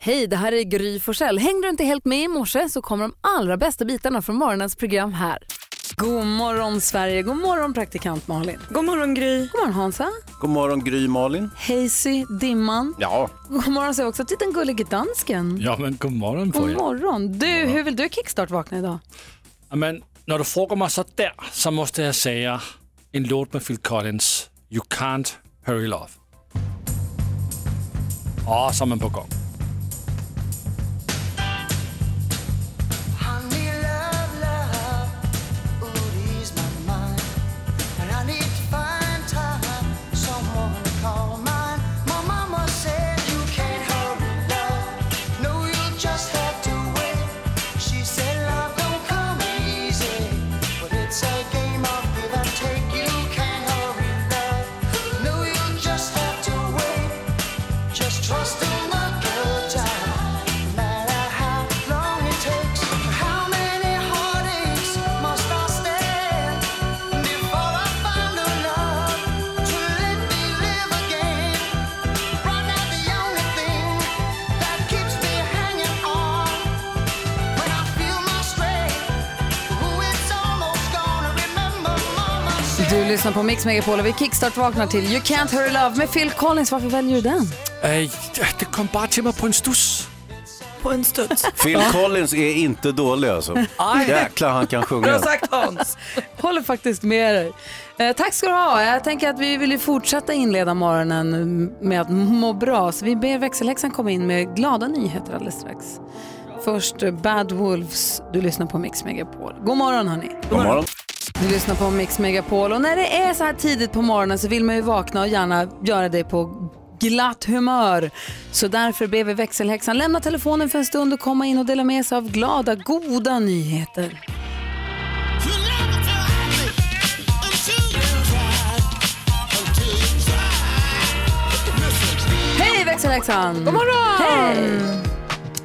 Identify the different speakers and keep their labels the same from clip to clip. Speaker 1: Hej, det här är Gry Forssell. Hängde du inte helt med i morse så kommer de allra bästa bitarna från morgonens program här. God morgon Sverige, god morgon praktikant Malin.
Speaker 2: God morgon Gry.
Speaker 1: God morgon Hansa.
Speaker 3: God morgon Gry Malin.
Speaker 1: Hazy, Dimman.
Speaker 3: Ja.
Speaker 1: God morgon säger jag också till den gullige dansken.
Speaker 4: Ja, men god morgon på
Speaker 1: God
Speaker 4: er.
Speaker 1: morgon. Du, hur vill du kickstart-vakna idag?
Speaker 4: Ja, Men när du frågar mig så där så måste jag säga en låt med Phil Collins, You Can't Hurry Love. Ja, så är man på gång.
Speaker 5: I need love, love, ooh, ease my mind. And I need to find time, someone to call mine. My mama said you can't hurry love, no, you'll just have to wait. She said love don't come easy, but it's a game of give and take. You can't hurry love, no, you'll just have to wait. Just trust in the good time. No matter how long it takes, how many heartaches must I stand before I find a love to let me live again? Right now, the only thing that keeps me hanging on when I feel my strength, who it's almost gonna remember, Mama
Speaker 1: Du
Speaker 5: said.
Speaker 1: lyssnar på Mix Megapol och vi kickstart-vaknar till You Can't Hurry Love med Phil Collins. Varför väljer du den?
Speaker 4: Eh, det kom bara till mig på en studs.
Speaker 2: På en studs.
Speaker 3: Phil Collins är inte dålig alltså. Jäklar han kan sjunga.
Speaker 2: Bra sagt Hans.
Speaker 1: Håller faktiskt med dig. Eh, tack ska du ha. Jag tänker att vi vill ju fortsätta inleda morgonen med att må bra. Så vi ber växelhäxan komma in med glada nyheter alldeles strax. Först eh, Bad Wolves. Du lyssnar på Mix Megapol. God morgon hörni.
Speaker 3: God morgon.
Speaker 1: Du lyssnar på Mix Megapol och när det är så här tidigt på morgonen så vill man ju vakna och gärna göra det på glatt humör. Så därför ber vi växelhäxan lämna telefonen för en stund och komma in och dela med sig av glada, goda nyheter. Hej växelhäxan! God morgon! Hej!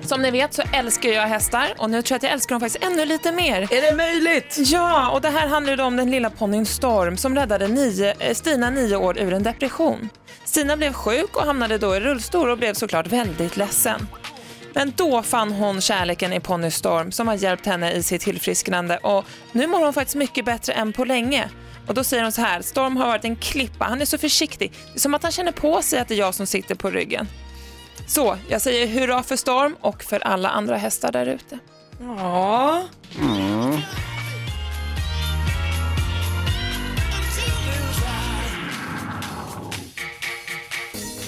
Speaker 6: Som ni vet så älskar jag hästar och nu tror jag att jag älskar dem faktiskt ännu lite mer.
Speaker 2: Är det möjligt?
Speaker 6: Ja, och det här handlar ju då om den lilla ponnyn Storm som räddade nio, eh, Stina nio år ur en depression. Stina blev sjuk och hamnade då i rullstol och blev såklart väldigt ledsen. Men då fann hon kärleken i ponny Storm som har hjälpt henne i sitt tillfrisknande och nu mår hon faktiskt mycket bättre än på länge. Och då säger hon så här, Storm har varit en klippa, han är så försiktig. Det är som att han känner på sig att det är jag som sitter på ryggen. Så, jag säger hurra för Storm och för alla andra hästar där ute.
Speaker 2: Ja.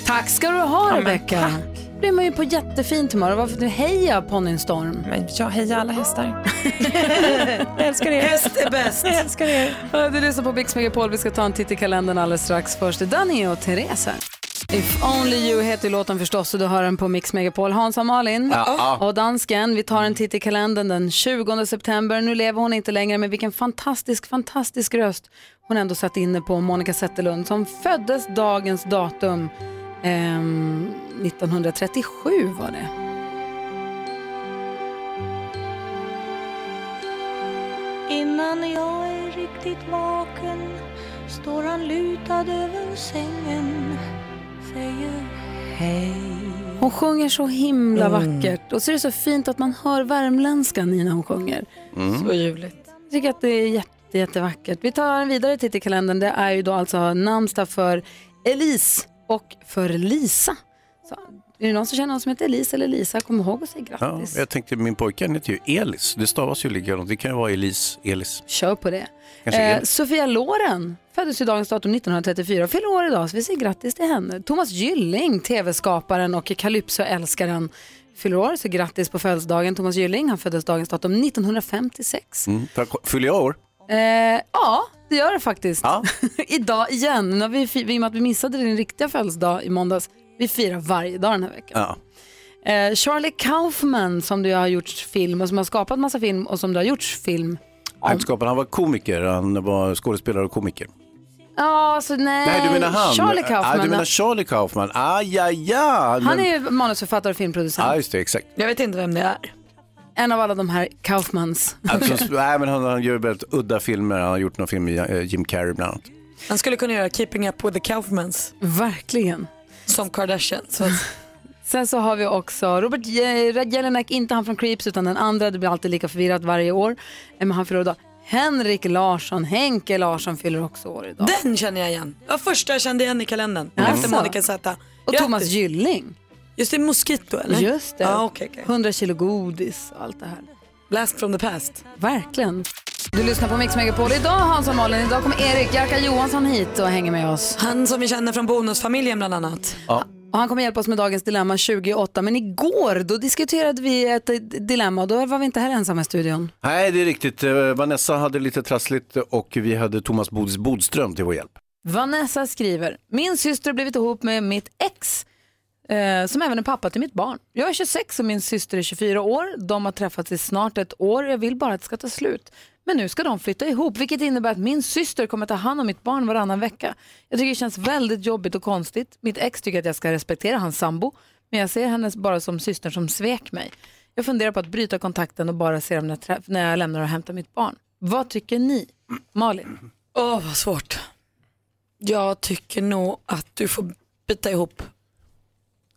Speaker 1: Tack ska du ha
Speaker 6: men
Speaker 1: Rebecca. Då blir man ju på jättefint humör. Och Varför du heja ponnyn Storm?
Speaker 6: Men jag hejar alla hästar. jag älskar er.
Speaker 2: Häst är bäst.
Speaker 6: Jag älskar er.
Speaker 1: Ja, Du lyssnar på Mix Megapol. Vi ska ta en titt i kalendern alldeles strax. Först är Danny och Therese här. If Only You heter låten förstås och du hör den på Mix Megapol. Hans och Malin och dansken. Vi tar en titt i kalendern den 20 september. Nu lever hon inte längre men vilken fantastisk, fantastisk röst hon ändå satt inne på Monica Zetterlund som föddes dagens datum ehm, 1937 var det.
Speaker 7: Innan jag är riktigt vaken står han lutad över sängen, säger hej.
Speaker 1: Hon sjunger så himla
Speaker 3: Mm.
Speaker 1: vackert och så är det så fint att man hör värmländskan i när hon sjunger.
Speaker 3: Mm.
Speaker 2: Så ljuvligt.
Speaker 1: Jag tycker att det är jätte, jättevackert. Vi tar en vidare titt i kalendern. Det är ju då alltså namnsdag för Elise och för Lisa. Så, är det någon som känner någon som heter Elise eller Lisa, kom ihåg att säga
Speaker 3: Ja,
Speaker 1: grattis.
Speaker 3: jag tänkte min pojke han heter ju Elis. Det stavas ju likadant. Det kan ju vara Elis, Elis.
Speaker 1: Kör på det.
Speaker 3: Kanske
Speaker 1: Eh,
Speaker 3: Elis.
Speaker 1: Sofia Loren föddes ju dagens datum 1934 och fyller år idag, så vi säger grattis till henne. Thomas Gylling, tv-skaparen och Calypso-älskaren, fyller år, så grattis på födelsedagen. Thomas Gylling, han föddes dagens datum 1956.
Speaker 3: Mm. För att- Fyller jag år?
Speaker 1: Eh, ja, det gör det faktiskt.
Speaker 3: Ja.
Speaker 1: Idag igen, nu har vi, fi- i och med att vi missade din riktiga födelsedag i måndags. Vi firar varje dag den här veckan.
Speaker 3: ja.
Speaker 1: Eh, Charlie Kaufman som du har gjort film och som har skapat massa film och som du har gjort film.
Speaker 3: Han, skapade, han var komiker, han var skådespelare och komiker.
Speaker 1: Ja, så nej.
Speaker 3: Nej, du menar han?
Speaker 1: Eh, Charlie
Speaker 3: Ah,
Speaker 1: Kaufman.
Speaker 3: du menar Charlie Kaufman? Ah, ja, ja.
Speaker 1: han
Speaker 3: Men-
Speaker 1: är ju manusförfattare och filmproducent.
Speaker 3: Ja, just det, exakt.
Speaker 2: Jag vet inte vem det är.
Speaker 1: En av alla de här Kaufmans.
Speaker 3: Alltså, nej, men han, han gör väldigt udda filmer. Han har gjort någon film med eh, Jim Carrey bland annat.
Speaker 2: Han skulle kunna göra Keeping Up With The Kaufmans
Speaker 1: Verkligen.
Speaker 2: som Kardashian. Så att
Speaker 1: Sen så har vi också Robert Je- Jelinek, inte han från Creeps utan den andra, det blir alltid lika förvirrat varje år. Eh, Men han fyller år idag. Henrik Larsson, Henke Larsson fyller också år idag.
Speaker 2: Den känner jag igen. Det var första jag kände igen i kalendern. Efter
Speaker 1: Alltså.
Speaker 2: Monica Z.
Speaker 1: Och Thomas Gylling,
Speaker 2: Just det, Mosquito eller?
Speaker 1: just det.
Speaker 2: Ja, Ah, okej, okej.
Speaker 1: 100 kilo godis och allt det här.
Speaker 2: Blast from the past.
Speaker 1: Verkligen. Du lyssnar på Mix Megapol. Idag Hans och Malin, idag kommer Erik Jerka Johansson hit och hänger med oss.
Speaker 2: Han som vi känner från Bonusfamiljen bland annat.
Speaker 1: Och han kommer hjälpa oss med dagens dilemma 28. Men igår då diskuterade vi ett eh, dilemma och då var vi inte här ensamma i studion.
Speaker 3: Nej, det är riktigt. Eh, Vanessa hade lite trassligt och vi hade Thomas Bodis Bodström till vår hjälp.
Speaker 1: Vanessa skriver, min syster har blivit ihop med mitt ex eh, som även är pappa till mitt barn. Jag är 26 och min syster är 24 år. De har träffats i snart ett år. Jag vill bara att det ska ta slut. Men nu ska de flytta ihop, vilket innebär att min syster kommer ta hand om mitt barn varannan vecka. Jag tycker det känns väldigt jobbigt och konstigt. Mitt ex tycker att jag ska respektera hans sambo, men jag ser henne bara som systern som svek mig. Jag funderar på att bryta kontakten och bara se dem när, jag träff- när jag lämnar och hämtar mitt barn. Vad tycker ni? Malin?
Speaker 2: Åh, vad svårt. Jag tycker nog att du får bita ihop.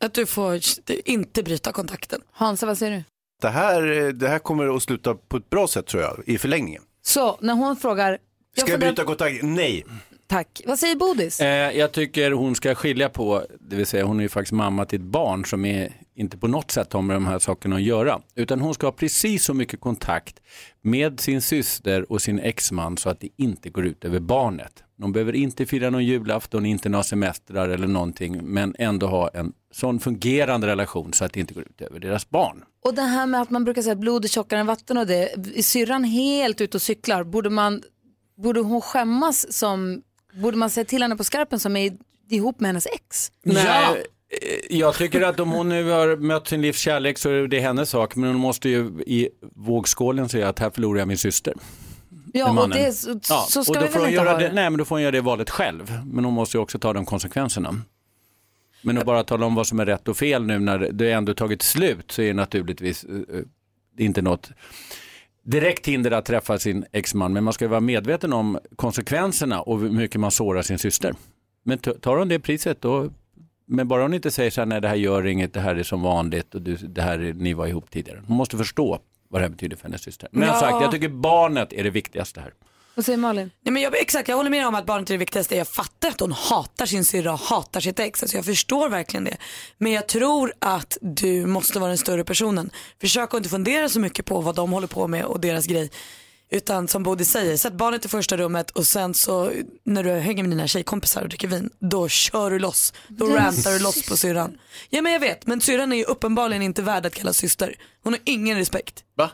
Speaker 2: Att du får inte bryta kontakten.
Speaker 1: Hansa, vad säger du?
Speaker 3: Det här, eh, det här kommer att sluta på ett bra sätt tror jag, i förlängningen.
Speaker 1: Så när hon frågar, jag
Speaker 3: Ska jag
Speaker 1: funderar-
Speaker 3: bryta kontakt? Nej.
Speaker 1: Tack. Vad säger Bodis?
Speaker 8: Eh, jag tycker hon ska skilja på, det vill säga hon är ju faktiskt mamma till ett barn som är, inte på något sätt har med de här sakerna att göra. Utan hon ska ha precis så mycket kontakt med sin syster och sin exman så att det inte går ut över barnet. De behöver inte fira någon julafton, inte några semestrar eller någonting, men ändå ha en sån fungerande relation så att det inte går ut över deras barn.
Speaker 1: Och det här med att man brukar säga att blod är tjockare än vatten och det. Är syrran helt ute och cyklar? Borde, man, borde hon skämmas som, borde man säga till henne på skarpen som är ihop med hennes ex?
Speaker 8: Nej, eh, jag tycker att om hon nu har mött sin livs kärlek så är det hennes sak. Men hon måste ju i vågskålen säga att här förlorar jag min syster. med
Speaker 1: Ja, och
Speaker 8: mannen.
Speaker 1: det, är så,
Speaker 8: Ja,
Speaker 1: så
Speaker 8: och
Speaker 1: ska
Speaker 8: då
Speaker 1: vi
Speaker 8: får
Speaker 1: väl
Speaker 8: hon
Speaker 1: inte
Speaker 8: göra
Speaker 1: ha
Speaker 8: det.
Speaker 1: det?
Speaker 8: Nej, men då får hon göra det valet själv. Men hon måste ju också ta de konsekvenserna. Men att bara tala om vad som är rätt och fel nu när det ändå tagit slut så är det naturligtvis eh, eh, inte något direkt hinder att träffa sin exman. Men man ska ju vara medveten om konsekvenserna och hur mycket man sårar sin syster. Men t- tar hon det priset då, men bara hon inte säger så här, nej det här gör inget, det här är som vanligt och du, det här är, ni var ihop tidigare. Hon måste förstå vad det här betyder för hennes syster. Men som sagt, jag tycker barnet är det viktigaste här.
Speaker 1: Vad säger Malin?
Speaker 2: Nej, men jag, exakt, jag håller med om att barnet är det viktigaste. Jag fattar att hon hatar sin syrra och hatar sitt ex. Alltså jag förstår verkligen det. Men jag tror att du måste vara den större personen. Försök att inte fundera så mycket på vad de håller på med och deras grej. Utan som Bodil säger, sätt barnet i första rummet och sen så när du hänger med dina tjejkompisar och dricker vin, då kör du loss. Då rantar du loss på syrran. Ja men jag vet, men syrran är ju uppenbarligen inte värd att kallas syster. Hon har ingen respekt.
Speaker 3: Va?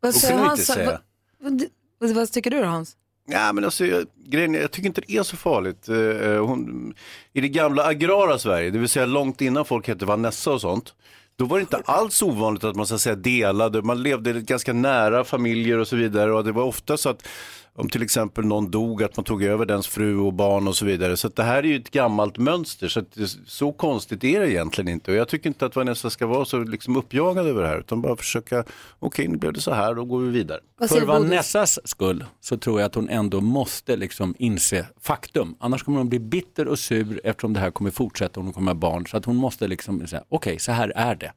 Speaker 1: Vad
Speaker 3: Då får
Speaker 1: säger
Speaker 3: du inte
Speaker 1: Hans?
Speaker 3: säga.
Speaker 1: Vad, vad, vad tycker du då Hans?
Speaker 3: Ja, men alltså, jag, grejen är, jag tycker inte det är så farligt. Eh, eh, hon, I det gamla agrara Sverige, det vill säga långt innan folk hette Vanessa och sånt, då var det inte alls ovanligt att man så att säga, delade, man levde ganska nära familjer och så vidare. Och det var ofta så att om till exempel någon dog, att man tog över dens fru och barn och så vidare. Så att det här är ju ett gammalt mönster, så, att, det- så konstigt är det egentligen inte. Och jag tycker inte att Vanessa ska vara så liksom, uppjagad över det här, utan bara försöka, okej nu blev det så här, då går vi vidare.
Speaker 1: Vad
Speaker 8: För
Speaker 1: säger Bodis?
Speaker 8: Vanessas skull så tror jag att hon ändå måste liksom inse faktum. Annars kommer hon bli bitter och sur eftersom det här kommer fortsätta och hon kommer ha barn. Så att hon måste liksom säga, okej så här är det.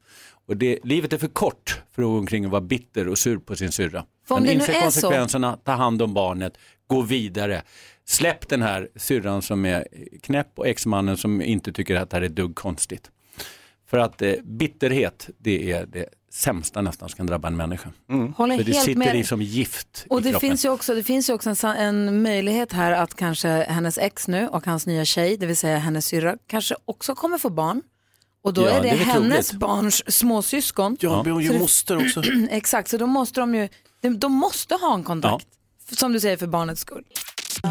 Speaker 8: Och det, livet är för kort för att gå omkring och vara bitter och sur på sin syrra.
Speaker 1: För om
Speaker 8: Men
Speaker 1: det nu
Speaker 8: inse
Speaker 1: är så-
Speaker 8: konsekvenserna, ta hand om barnet, gå vidare. Släpp den här syrran som är knäpp och exmannen som inte tycker att det här är dugg konstigt. För att eh, bitterhet, det är det sämsta nästan som kan drabba en människa.
Speaker 1: Håller
Speaker 8: För det
Speaker 1: helt
Speaker 8: sitter
Speaker 1: med
Speaker 8: i som gift
Speaker 1: Och
Speaker 8: i
Speaker 1: det
Speaker 8: kroppen.
Speaker 1: finns, ju också, det finns ju också en, sa- en möjlighet här att kanske hennes ex nu och hans nya tjej, det vill säga hennes syrra, kanske också kommer få barn. Och då
Speaker 8: Ja,
Speaker 1: är det,
Speaker 8: det är väl
Speaker 1: hennes
Speaker 8: troligt.
Speaker 1: barns småsyskon.
Speaker 3: Ja, men hon är ju moster också.
Speaker 1: Exakt, så då måste de ju de, de måste ha en kontakt. f- Som du säger, för barnets skull.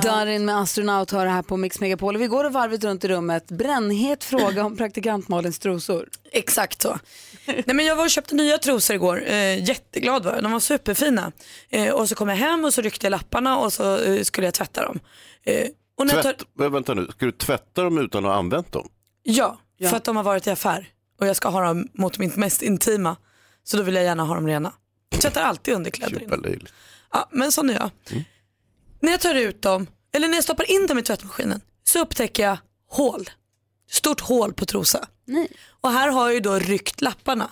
Speaker 1: Darin med astronaut hör här på Mix Megapol. Och Vi går varvet runt i rummet. Brännhet fråga om praktikant Malins trosor.
Speaker 2: Exakt så. Nej, men jag var och köpte nya trosor igår. Eh, jätteglad var jag. De var superfina. Eh, och så kom jag hem och så ryckte jag lapparna och så eh, skulle jag tvätta dem. Eh, och när jag tar,
Speaker 3: Tvätt, men vänta nu, ska du tvätta dem utan att ha använt dem?
Speaker 2: ja, för att de har varit i affär. Och jag ska ha dem mot mitt mest intima. Så då vill jag gärna ha dem rena. Jag tvättar alltid underkläder innan.
Speaker 3: Superlöjligt.
Speaker 2: Ja, men sån är jag. När jag tar ut dem, eller när jag stoppar in dem i tvättmaskinen, så upptäcker jag hål. Stort hål på trosa.
Speaker 1: Nej.
Speaker 2: Och här har jag ju då ryckt lapparna.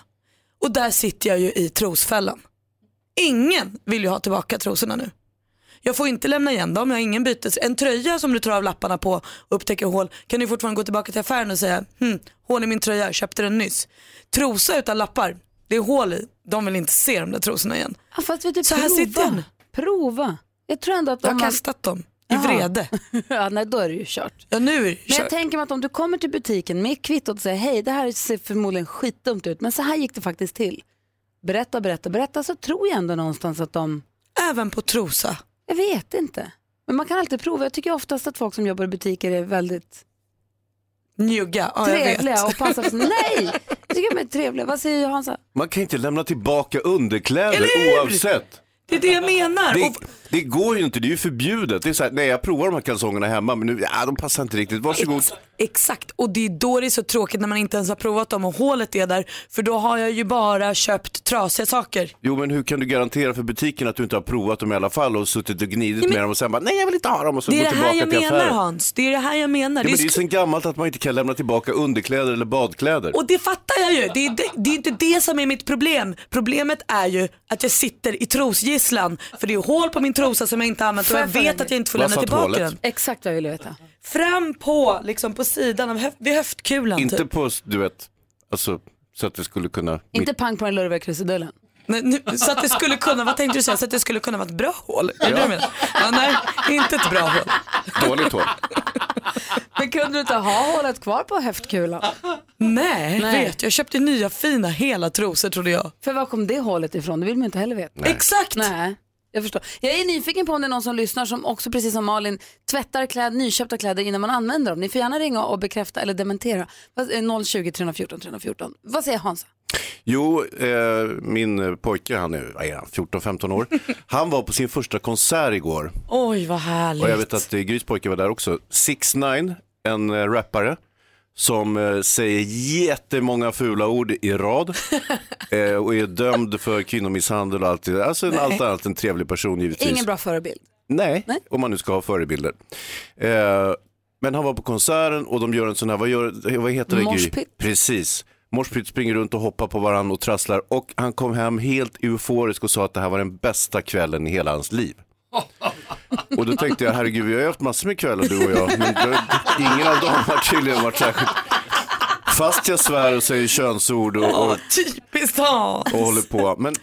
Speaker 2: Och där sitter jag ju i trosfällan. Ingen vill ju ha tillbaka trosorna nu. Jag får inte lämna igen dem, jag har ingen bytes. En tröja som du tar av lapparna på och upptäcker hål kan du fortfarande gå tillbaka till affären och säga hm, hål i min tröja, jag köpte den nyss. Trosa utan lappar, det är hål i, de vill inte se de där trosorna igen.
Speaker 1: Ja, fast vet du,
Speaker 2: Så
Speaker 1: prova.
Speaker 2: här sitter jag nu.
Speaker 1: Prova. Jag tror ändå att
Speaker 2: Jag
Speaker 1: om
Speaker 2: har
Speaker 1: man...
Speaker 2: kastat dem i
Speaker 1: Jaha.
Speaker 2: vrede.
Speaker 1: ja, nej, då är det ju kört.
Speaker 2: Ja, nu är det
Speaker 1: Men jag
Speaker 2: kört.
Speaker 1: tänker mig att om du kommer till butiken med kvittot och säger hej, det här ser förmodligen skitdumt ut, men så här gick det faktiskt till. Berätta, berätta, berätta, så tror jag ändå någonstans att de
Speaker 2: Även på trosa.
Speaker 1: Jag vet inte. Men man kan alltid prova. Jag tycker oftast att folk som jobbar i butiker är väldigt
Speaker 2: Njugga, ja, jag
Speaker 1: trevliga
Speaker 2: vet.
Speaker 1: och passar för Nej, jag tycker de är trevliga. Vad säger Hansa?
Speaker 3: Man kan inte lämna tillbaka underkläder
Speaker 2: Eller hur?
Speaker 3: oavsett.
Speaker 2: Det är det jag menar.
Speaker 3: Det,
Speaker 2: Och
Speaker 3: det går ju inte, det är ju förbjudet. Det är så här, nej jag provar de här kalsongerna hemma men nu, ja, de passar inte riktigt. Varsågod.
Speaker 2: Ex- Exakt, och det är då det är så tråkigt när man inte ens har provat dem och hålet är där. För då har jag ju bara köpt trasiga saker.
Speaker 3: Jo men hur kan du garantera för butiken att du inte har provat dem i alla fall och suttit och gnidit med dem och sen bara nej jag vill inte ha dem och så
Speaker 2: Det
Speaker 3: gå
Speaker 2: är det här
Speaker 3: tillbaka
Speaker 2: jag
Speaker 3: till
Speaker 2: menar
Speaker 3: affären.
Speaker 2: Hans. Det är det här jag menar.
Speaker 3: Ja,
Speaker 2: det är
Speaker 3: men det är ju
Speaker 2: sk-
Speaker 3: sen gammalt att man inte kan lämna tillbaka underkläder eller badkläder.
Speaker 2: och det fattar jag ju. Det är, det, det är inte det som är mitt problem. Problemet är ju att jag sitter i trosgisslan. För det är hål på min trosa som jag inte har använt och jag vet att jag inte får
Speaker 3: Var
Speaker 2: lämna
Speaker 3: satt
Speaker 2: tillbaka
Speaker 3: hålet?
Speaker 2: den.
Speaker 1: Exakt vad jag ville veta.
Speaker 2: Fram på, liksom på sidan av höf- vid höftkulan
Speaker 3: Inte
Speaker 2: typ.
Speaker 3: på, du vet, alltså så att det skulle kunna...
Speaker 1: Inte pang på den lurviga krusidullen.
Speaker 2: Nej, nu, så att det skulle kunna, vad tänkte du säga? Så att det skulle kunna vara ett bra hål? Är det det du menar? Ja, nej, inte ett bra hål.
Speaker 3: Mitt dåligt hål.
Speaker 1: Men kunde du inte ha hålet kvar på höftkulan?
Speaker 2: Nej,
Speaker 1: Nej.
Speaker 2: vet jag köpte nya fina hela trosor trodde jag.
Speaker 1: För var kom det hålet ifrån? Det vill man ju inte heller veta.
Speaker 2: Exakt!
Speaker 1: Nej, jag förstår. Jag är nyfiken på om det är någon som lyssnar som också precis som Malin tvättar kläder, nyköpta kläder innan man använder dem. Ni får gärna ringa och bekräfta eller dementera. Vad- eh, 020 314 314. Vad säger Hansa?
Speaker 3: Jo, eh, min eh, pojke, han är, vad är han, 14-15 år, han var på sin första konsert igår.
Speaker 2: Oj vad härligt.
Speaker 3: Och jag vet att eh, Grys pojke var där också. 6 9 en eh, rappare som eh, säger jättemånga fula ord i rad eh, och är dömd för kvinnomisshandel och allt det där. Alltså en allt annat än trevlig person givetvis.
Speaker 1: Ingen bra förebild.
Speaker 3: Nej,
Speaker 1: Nej.
Speaker 3: om man nu ska ha förebilder. Eh, men han var på konserten och de gör en sån här, vad, gör, vad heter det Gry?
Speaker 1: Moshpit.
Speaker 3: Precis. Morspit springer runt och hoppar på varandra och trasslar och han kom hem helt euforisk och sa att det här var den bästa kvällen i hela hans liv. Och då tänkte jag, herregud vi har ju haft massor med kvällar du och jag, men det- ingen av dem har tydligen varit särskilt. Fast jag svär och säger könsord och, och
Speaker 2: Åh, typiskt Hans.
Speaker 3: och håller på. Men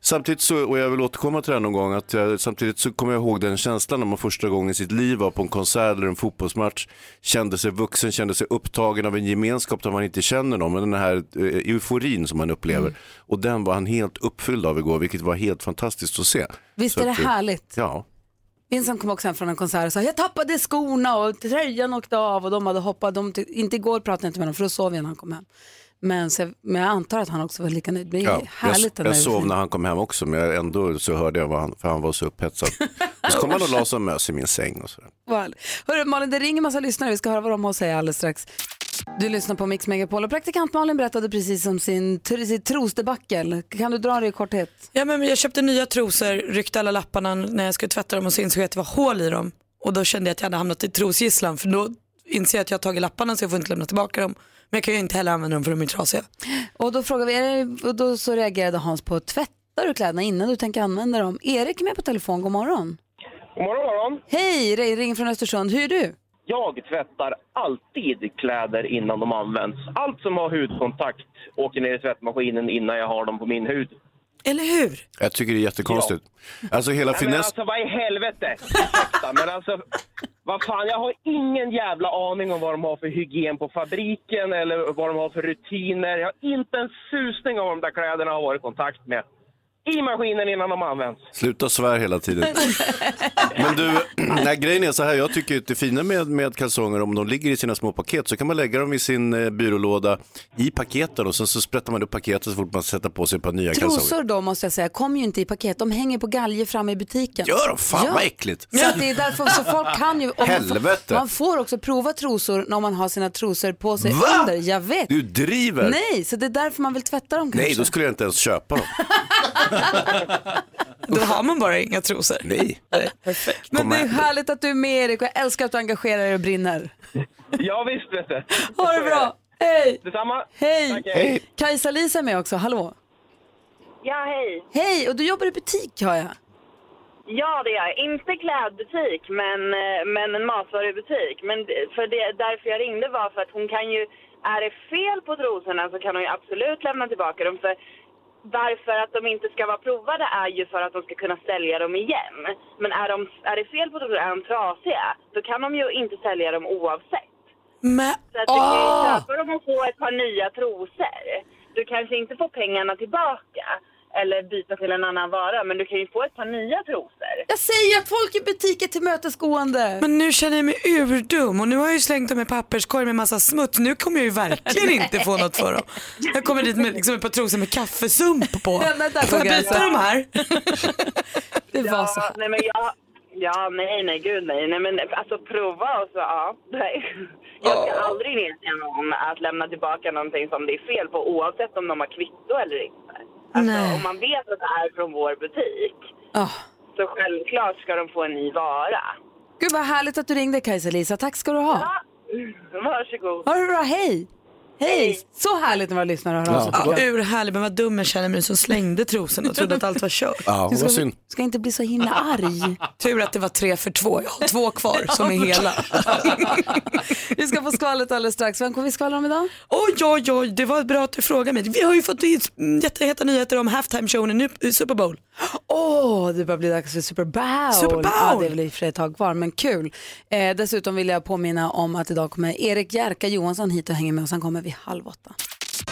Speaker 3: samtidigt så, och jag vill återkomma till det här någon gång, att jag, samtidigt så kommer jag ihåg den känslan när man första gången i sitt liv var på en konsert eller en fotbollsmatch, kände sig vuxen, kände sig upptagen av en gemenskap där man inte känner någon, men den här eh, euforin som man upplever.
Speaker 1: Mm.
Speaker 3: Och den var han helt uppfylld av igår, vilket var helt fantastiskt att se.
Speaker 1: Visst
Speaker 3: Så
Speaker 1: är det
Speaker 3: att, eh,
Speaker 1: härligt?
Speaker 3: Ja.
Speaker 1: Vincent kom också hem från en konsert och sa jag tappade skorna och tröjan åkte av och de hade hoppat. De ty- inte igår pratade jag inte med dem för då sov jag när han kom hem. Men, så, jag- men jag antar att han också var lika nöjd. Det är
Speaker 3: Ja,
Speaker 1: härligt
Speaker 3: jag
Speaker 1: den
Speaker 3: jag
Speaker 1: här
Speaker 3: sov när han kom hem också men jag, ändå så hörde jag vad han, för han var så upphetsad. Och så kom han och la sig och mös i min säng. Och så.
Speaker 1: Vad härligt. Hörru, Malin, det ringer massa lyssnare. Vi ska höra vad de har att säga alldeles strax. Du lyssnar på Mix Megapol och praktikant Malin berättade precis om sin, tr- sitt trosdebacle. Kan du dra det i korthet?
Speaker 2: Ja, men jag köpte nya trosor, ryckte alla lapparna när jag skulle tvätta dem och så insåg jag att det var hål i dem. Och då kände jag att jag hade hamnat i trosgisslan för då inser jag att jag har tagit lapparna så jag får inte lämna tillbaka dem. Men jag kan ju inte heller använda dem för de är trasiga.
Speaker 1: Och då, frågade vi, är det- och då så reagerade Hans på tvättar du kläderna innan du tänker använda dem? Erik är med på telefon, god morgon.
Speaker 9: God morgon, morgon.
Speaker 1: Hej, Ray ringer från Östersund. Hur är du?
Speaker 9: Jag tvättar alltid kläder innan de används. Allt som har hudkontakt åker ner i tvättmaskinen innan jag har dem på min hud.
Speaker 2: Eller hur?
Speaker 3: Jag tycker det är jättekonstigt. Alltså hela
Speaker 9: Nej, men
Speaker 3: finess...
Speaker 9: alltså vad i helvete! Ursäkta, men alltså... Vad fan, jag har ingen jävla aning om vad de har för hygien på fabriken eller vad de har för rutiner. Jag har inte en susning om vad de där kläderna har varit i kontakt med. I maskinen innan de används.
Speaker 3: Sluta svär hela tiden. Men du, nej, grejen är så här, jag tycker att det fina med, med kalsonger, om de ligger i sina små paket så kan man lägga dem i sin eh, byrålåda i paketen och sen så sprättar man upp paketet så fort man sätter på sig ett par nya kalsonger.
Speaker 1: Trosor då måste jag säga, kommer ju inte i paket. De hänger på galge framme i butiken.
Speaker 3: Gör de? Fan
Speaker 1: Ja.
Speaker 3: vad äckligt!
Speaker 1: Så att det är därför så folk kan ju... om man får-
Speaker 3: Helvete.
Speaker 1: Man får också prova trosor när man har sina trosor på sig
Speaker 3: Va?
Speaker 1: under. Jag vet.
Speaker 3: Du driver!
Speaker 1: Nej, så det är därför man vill tvätta dem kanske.
Speaker 3: Nej, då skulle jag inte ens köpa dem.
Speaker 2: Då har man bara inga trosor.
Speaker 3: Nej.
Speaker 2: Perfekt.
Speaker 1: Men det är
Speaker 3: Kom här.
Speaker 1: härligt att du är med Erik och jag älskar att du engagerar dig och brinner.
Speaker 9: Ja, visst vet du.
Speaker 1: Ha det bra. Hej!
Speaker 9: Detsamma.
Speaker 1: Hej!
Speaker 9: Tack, hej.
Speaker 1: Kajsa-Lisa är med också, hallå.
Speaker 10: Ja, hej.
Speaker 1: Hej, och du jobbar i butik hör jag.
Speaker 10: Ja, det är jag. Inte klädbutik, men, eh, men en matvarubutik. Men d- för det, därför jag ringde var för att hon kan ju... Är det fel på trosorna så kan hon ju absolut lämna tillbaka dem. För varför att de inte ska vara provade är ju för att de ska kunna sälja dem igen. Men är, de, är det fel på trosorna, är de trasiga, då kan de ju inte sälja dem oavsett.
Speaker 2: Men
Speaker 10: Så att du kan ju
Speaker 2: Åh!
Speaker 10: köpa dem och få ett par nya trosor. Du kanske inte får pengarna tillbaka eller byta till en annan vara, men du kan ju få ett par nya trosor.
Speaker 1: Jag säger att folk i butiker till mötesgående.
Speaker 2: Men nu känner jag mig urdum och nu har jag ju slängt dem i papperskorg med massa smuts. Nu kommer jag ju verkligen inte få något för dem. Jag kommer dit med liksom ett par trosor med kaffesump på.
Speaker 1: Ja, men där
Speaker 2: Får
Speaker 1: går
Speaker 2: jag byta
Speaker 1: gränsen.
Speaker 2: de här?
Speaker 1: Det var
Speaker 2: alltså.
Speaker 1: så.
Speaker 10: Ja, nej, men jag... Ja, nej, nej, gud nej. nej men alltså prova och så, ja. Nej. Jag ska aldrig neka någon att lämna tillbaka någonting som det är fel på oavsett om de har kvitto eller inte. Alltså,
Speaker 1: Nej.
Speaker 10: om man vet att det är från vår butik
Speaker 1: Ah.
Speaker 10: så självklart ska de få en ny vara.
Speaker 1: Gud vad härligt att du ringde Kajsa-Lisa, tack ska du ha.
Speaker 10: Ja, varsågod.
Speaker 1: Ha det bra, hej! Hej! Så härligt när våra lyssnare hör av sig
Speaker 2: Ja,
Speaker 1: tycker jag.
Speaker 2: urhärlig, men vad dum jag känner mig som slängde trosorna och trodde att allt var kört.
Speaker 11: Ja, vad synd.
Speaker 1: Ska inte bli så himla arg.
Speaker 2: Tur att det var tre för två. Jag har två kvar som är hela.
Speaker 1: Vi ska få skvallret alldeles strax. Vem kommer vi skvallra om idag?
Speaker 2: Oj, oj, oj, det var bra att du frågade mig. Vi har ju fått in jätteheta nyheter om halftime-showen i nu- Super Bowl.
Speaker 1: Åh, det börjar bli dags för Super Bowl.
Speaker 2: Super Bowl!
Speaker 1: Ja, det är väl i och för sig ett tag kvar, men kul. Eh, dessutom vill jag påminna om att idag kommer Erik Jerka Johansson hit och hänger med oss. Han kommer vid halv åtta.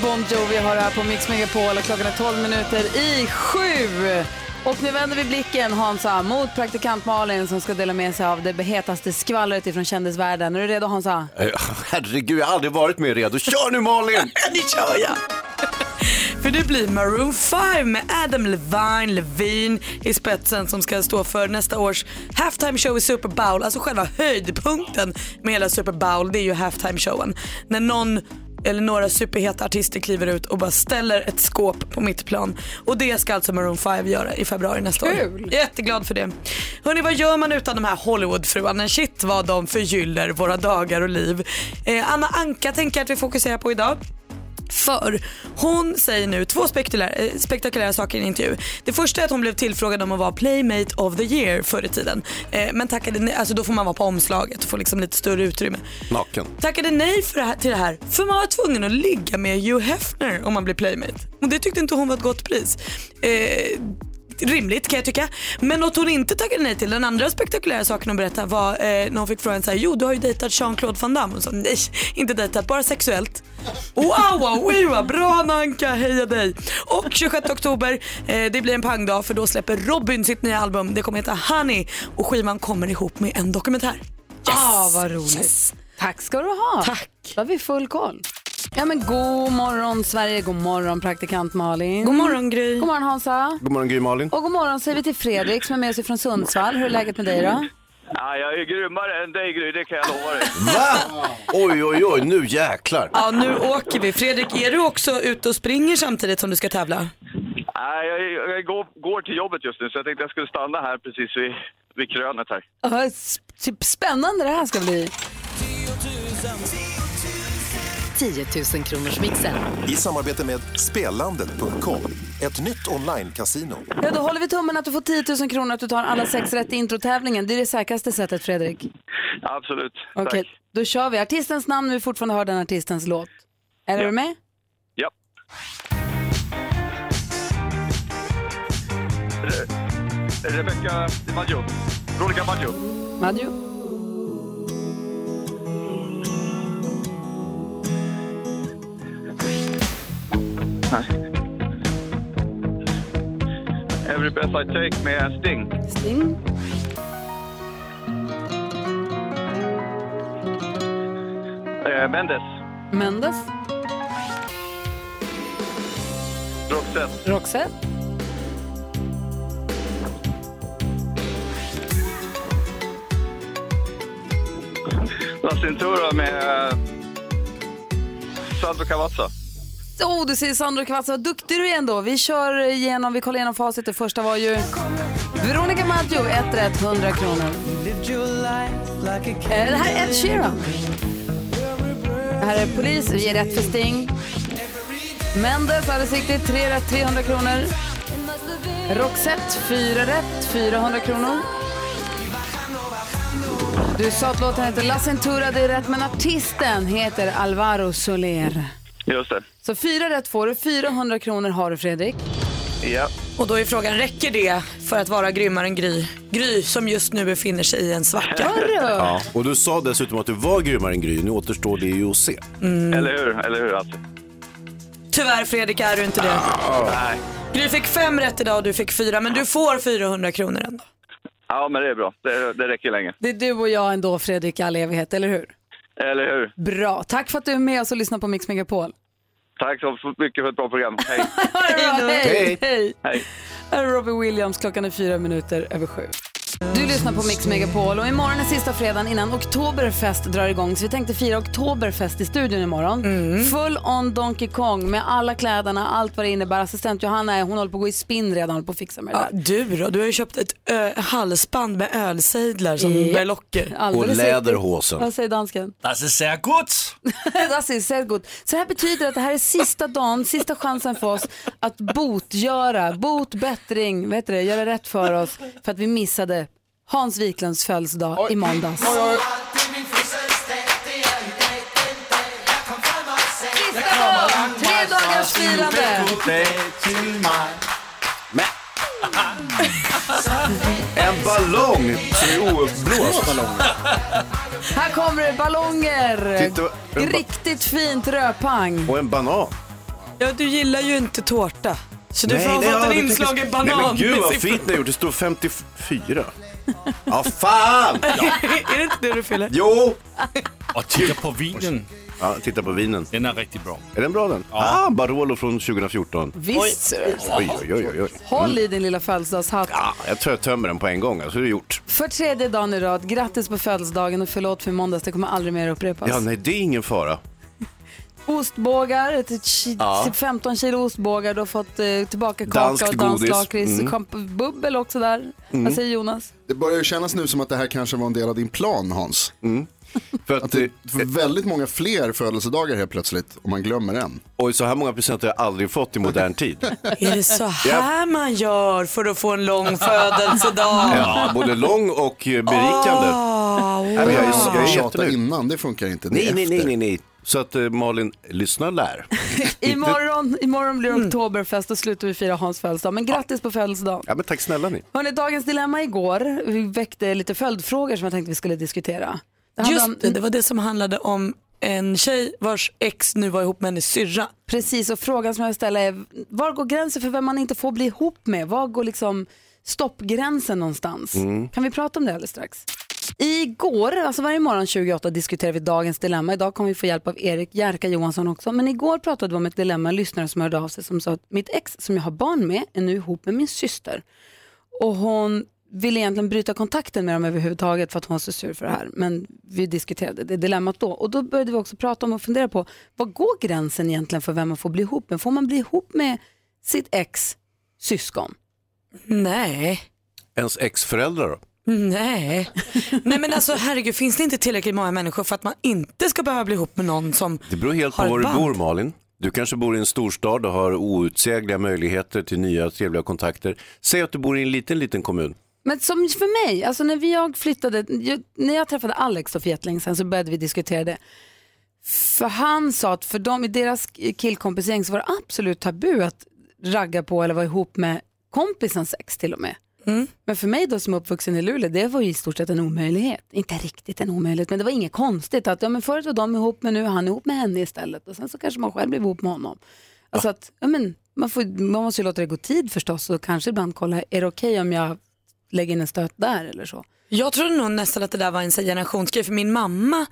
Speaker 1: Bon Jovi har det här på Mix Megapol och klockan är 12 minuter i sju. Och nu vänder vi blicken, Hansa, mot praktikant Malin som ska dela med sig av det hetaste skvallret ifrån kändisvärlden. Är du redo, Hansa?
Speaker 11: Eh, Herregud, jag har aldrig varit mer redo. Kör nu Malin!
Speaker 2: Det gör jag. För det blir Maroon 5 med Adam Levine, Levine i spetsen som ska stå för nästa års halftime show i Super Bowl. Alltså själva höjdpunkten med hela Super Bowl det är ju halftime showen. När någon eller några superheta artister kliver ut och bara ställer ett skåp på mitt plan. Och det ska alltså Maroon 5 göra i februari nästa år. Jätteglad för det. Hörni, vad gör man utan de här Hollywoodfruarna? Shit vad de förgyller våra dagar och liv. Eh, Anna Anka tänker jag att vi fokuserar på idag. För hon säger nu två spektakulära, eh, spektakulära saker i en intervju. Det första är att hon blev tillfrågad om att vara Playmate of the year förr i tiden. Eh, men tackade nej, alltså då får man vara på omslaget och få liksom lite större utrymme.
Speaker 11: Naken.
Speaker 2: Tackade nej för det här, till det här för man var tvungen att ligga med Hugh Hefner om man blev Playmate. Och det tyckte inte hon var ett gott pris. Eh, Rimligt kan jag tycka. Men något hon inte tackade nej till, den andra spektakulära saken hon berättade var eh, när hon fick frågan så här, jo du har ju dejtat Jean-Claude Van Damme. Hon sa nej, inte dejtat, bara sexuellt. Wow, wow, wow, bra Nanka, heja dig. Och 26 oktober, eh, det blir en pangdag för då släpper Robin sitt nya album. Det kommer heta Honey och skivan kommer ihop med en dokumentär.
Speaker 1: Ah, vad roligt. Tack ska du ha.
Speaker 2: Tack.
Speaker 1: Då har vi full koll. Ja, men god morgon Sverige, god morgon praktikant Malin.
Speaker 2: God morgon Gry.
Speaker 1: God morgon Hansa.
Speaker 11: God morgon Gry Malin.
Speaker 1: Och god morgon säger vi till Fredrik som är med sig från Sundsvall. Hur är läget med dig då?
Speaker 9: Ja, jag är grymmare än dig Gry, det kan jag lova dig.
Speaker 11: Va? Oj, oj, oj, nu jäklar.
Speaker 2: Ja, nu åker vi. Fredrik, är du också ute och springer samtidigt som du ska tävla?
Speaker 9: Nej, jag, jag går, går till jobbet just nu så jag tänkte jag skulle stanna här precis vid, vid krönet här.
Speaker 1: Ja, s- typ Spännande det här ska bli.
Speaker 12: 10 000 kronors mixen.
Speaker 11: I samarbete med spelandet.com, ett nytt online-casino.
Speaker 1: Ja, då håller vi tummen att du får 10 000 kronor att du tar alla sex rätt i introtävlingen. Det är det säkraste sättet Fredrik.
Speaker 9: Absolut,
Speaker 1: Okej,
Speaker 9: tack.
Speaker 1: då kör vi. Artistens namn, vi fortfarande hör den artistens låt. Är du med?
Speaker 9: Ja. Re- Rebecca Maggio. Veronica Maggio.
Speaker 1: Maggio?
Speaker 9: Every breath I take med Sting.
Speaker 1: Sting?
Speaker 9: Eh, Mendes.
Speaker 1: Mendes?
Speaker 9: Roxette.
Speaker 1: Roxette?
Speaker 9: La Cintura med eh, Sandro Cavazza.
Speaker 1: Åh, Oh, du säger Sandro Kvast, vad duktig du är ändå. Vi kör igenom, vi kollar igenom facit. Det första var ju Veronica Maggio, ett rätt, 100 kronor. Eh, Det här är Ed Sheeran. Här är polis, vi ger rätt för Sting. Mendes, alldeles riktigt, 3 rätt, 300 kronor. Roxette, 4 rätt, 400 kronor. Du sa att låten heter La Centura, det är rätt, men artisten heter Alvaro Soler.
Speaker 9: Just det.
Speaker 1: Så fyra rätt får du, 400 kronor har du Fredrik.
Speaker 9: Ja.
Speaker 2: Och då är frågan, räcker det för att vara grymmare än Gry? Gry som just nu befinner sig i en svacka.
Speaker 3: Ja. Och du sa dessutom att du var grymmare än Gry. Nu återstår det ju att se.
Speaker 9: Eller hur? Eller hur alltså?
Speaker 2: Tyvärr Fredrik är du inte det.
Speaker 9: Nej.
Speaker 2: Gry fick fem rätt idag och du fick fyra, men du får 400 kronor ändå.
Speaker 9: Ja, men det är bra. Det, det räcker länge.
Speaker 1: Det är du och jag ändå Fredrik i all evighet, eller hur?
Speaker 9: Eller hur?
Speaker 1: Bra, tack för att du är med oss och lyssnar på Mix Megapol.
Speaker 9: Tack så mycket för ett bra program. Hej!
Speaker 1: Hej, hej.
Speaker 9: Hej.
Speaker 1: Här är Robbie Williams, klockan är fyra minuter över sju. Du lyssnar på Mix Megapol och imorgon är sista fredagen innan Oktoberfest drar igång så vi tänkte fira Oktoberfest i studion imorgon. Full on Donkey Kong med alla kläderna, allt vad det innebär. Assistent Johanna är, hon håller på att gå i spinn redan, håller på att fixa med det
Speaker 2: Ja,
Speaker 1: där.
Speaker 2: du då? Du har ju köpt ett ö, halsband med ölsejdlar som
Speaker 1: Ja.
Speaker 2: berlocker.
Speaker 1: Alldeles riktigt. Vad
Speaker 2: Alltså,
Speaker 1: säger dansken?
Speaker 4: Das ist sehr gut.
Speaker 1: das ist sehr gut. Så Alltså, det här betyder att det här är sista dagen, sista chansen för oss att botgöra, bot, bättring, vad heter det, göra rätt för oss för att vi missade Hans Wiklunds födelsedag i måndags.
Speaker 5: Tre dagars firande!
Speaker 3: En ballong som är ouppblåst.
Speaker 1: Här kommer det ballonger!
Speaker 3: Titta, en ba-
Speaker 1: Riktigt fint röpang.
Speaker 3: Och en banan.
Speaker 2: ja, du gillar ju inte tårta. Så du
Speaker 3: Nej,
Speaker 2: får ha
Speaker 3: nej, ja,
Speaker 2: fått en
Speaker 3: det
Speaker 2: inslagen
Speaker 3: tänker-
Speaker 2: banan.
Speaker 3: Nej, men gud
Speaker 2: med
Speaker 3: vad
Speaker 2: siffror.
Speaker 3: fint ni har gjort. Det står 54. Ja, fan!
Speaker 2: är det inte det du fyller?
Speaker 3: Jo!
Speaker 4: Och titta på vinen.
Speaker 3: Ja, titta på vinen.
Speaker 4: Den är riktigt bra.
Speaker 3: Är den bra den? Ah, Barolo från 2014.
Speaker 1: Visst ser det ut så.
Speaker 3: Oj, oj, oj, oj, oj.
Speaker 1: Håll i din lilla födelsedagshatt.
Speaker 3: Ja, jag tror jag tömmer den på en gång, alltså det är gjort.
Speaker 1: För tredje dagen i rad, grattis på födelsedagen och förlåt för måndags, det kommer aldrig mer upprepas.
Speaker 3: Ja, nej, det är ingen fara.
Speaker 1: Ostbågar, ett, ett, ki-
Speaker 3: Ja.
Speaker 1: typ 15 kilo ostbågar, du har fått eh, tillbaka kaka
Speaker 13: Danskt
Speaker 1: och
Speaker 13: godis.
Speaker 1: danslakrits,
Speaker 13: Mm.
Speaker 1: mm. bubbel också där.
Speaker 13: Mm.
Speaker 1: Vad säger Jonas?
Speaker 13: Det börjar ju kännas nu som att det här kanske var en del av din plan Hans.
Speaker 3: För att,
Speaker 13: det får väldigt många fler födelsedagar helt plötsligt om man glömmer en.
Speaker 3: Oj, så här många presenter har jag aldrig fått i modern tid.
Speaker 2: Är det så här man gör för att få en lång födelsedag?
Speaker 3: Ja, både lång och eh, berikande.
Speaker 2: Ah, wow.
Speaker 3: Nej, men jag är, jag är
Speaker 13: Tjata
Speaker 3: jättenöjd.
Speaker 13: innan, det funkar inte. Det
Speaker 3: Nej,
Speaker 13: är
Speaker 3: nej,
Speaker 13: efter.
Speaker 3: nej, nej, nej. Så att eh, Malin, lyssna och lär.
Speaker 1: Imorgon, imorgon blir det
Speaker 3: Mm.
Speaker 1: oktoberfest och slutar vi fira Hans födelsedag. Men grattis på födelsedagen.
Speaker 3: Ja, men tack snälla ni.
Speaker 1: Hörrni, dagens dilemma igår vi väckte lite följdfrågor som jag tänkte vi skulle diskutera. Det handlar om-
Speaker 2: Just det, det var det som handlade om en tjej vars ex nu var ihop med hennes syrra.
Speaker 1: Precis, och frågan som jag vill ställa är var går gränsen för vem man inte får bli ihop med? Var går liksom stoppgränsen någonstans?
Speaker 5: Mm.
Speaker 1: Kan vi prata om det alldeles strax? Igår, alltså varje morgon 28 diskuterar vi dagens dilemma. Idag kommer vi få hjälp av Erik Jerka Johansson också. Men igår pratade vi om ett dilemma, en lyssnare som hörde av sig som sa att mitt ex som jag har barn med är nu ihop med min syster. Och hon ville egentligen bryta kontakten med dem överhuvudtaget för att hon var så sur för det här. Men vi diskuterade det dilemmat då. Och då började vi också prata om och fundera på vad går gränsen egentligen för vem man får bli ihop med? Får man bli ihop med sitt ex syskon?
Speaker 2: Nej.
Speaker 3: Ens ex-föräldrar då?
Speaker 2: Nej. Nej men alltså herregud, finns det inte tillräckligt många människor för att man inte ska behöva bli ihop med någon som
Speaker 3: Det beror helt på
Speaker 2: Har ett
Speaker 3: var du
Speaker 2: band.
Speaker 3: bor Malin. Du kanske bor i en storstad och har outsägliga möjligheter till nya trevliga kontakter. Säg att du bor i en liten, liten kommun.
Speaker 1: Men som för mig, alltså när vi- jag flyttade, jag, när jag träffade Alex då för jättelänge sedan så började vi diskutera det. För han sa att för dem i deras killkompisgäng så var det absolut tabu att ragga på eller vara ihop med kompisens ex till och med. Men för mig då som är uppvuxen i Luleå, det var ju i stort sett en omöjlighet. Inte riktigt en omöjlighet, men det var inget konstigt att ja, men förut var de ihop men nu är han ihop med henne istället och sen så kanske man själv blev ihop med honom. Alltså att, ja, men, man, får, man måste ju låta det gå tid förstås och kanske ibland kolla, är det okej om jag lägger in en stöt där eller så?
Speaker 2: Jag trodde nog nästan att det där var en så här generationsgrej för min mamma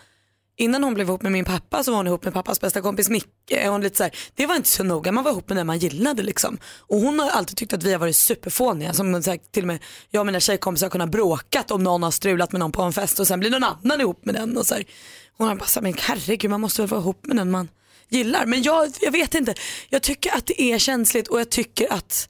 Speaker 2: Innan hon blev ihop med min pappa så var hon ihop med pappas bästa kompis Micke. Hon lite så här, det var inte så noga, man var ihop med den man gillade liksom. Och hon har alltid tyckt att vi har varit superfåniga. Som så här, till och med jag och mina tjejkompisar har kunnat bråkat om någon har strulat med någon på en fest och sen blir någon annan ihop med den. Och så här. Hon har bara sagt, men herregud man måste väl vara ihop med den man gillar. Men jag, jag vet inte, jag tycker att det är känsligt och jag tycker att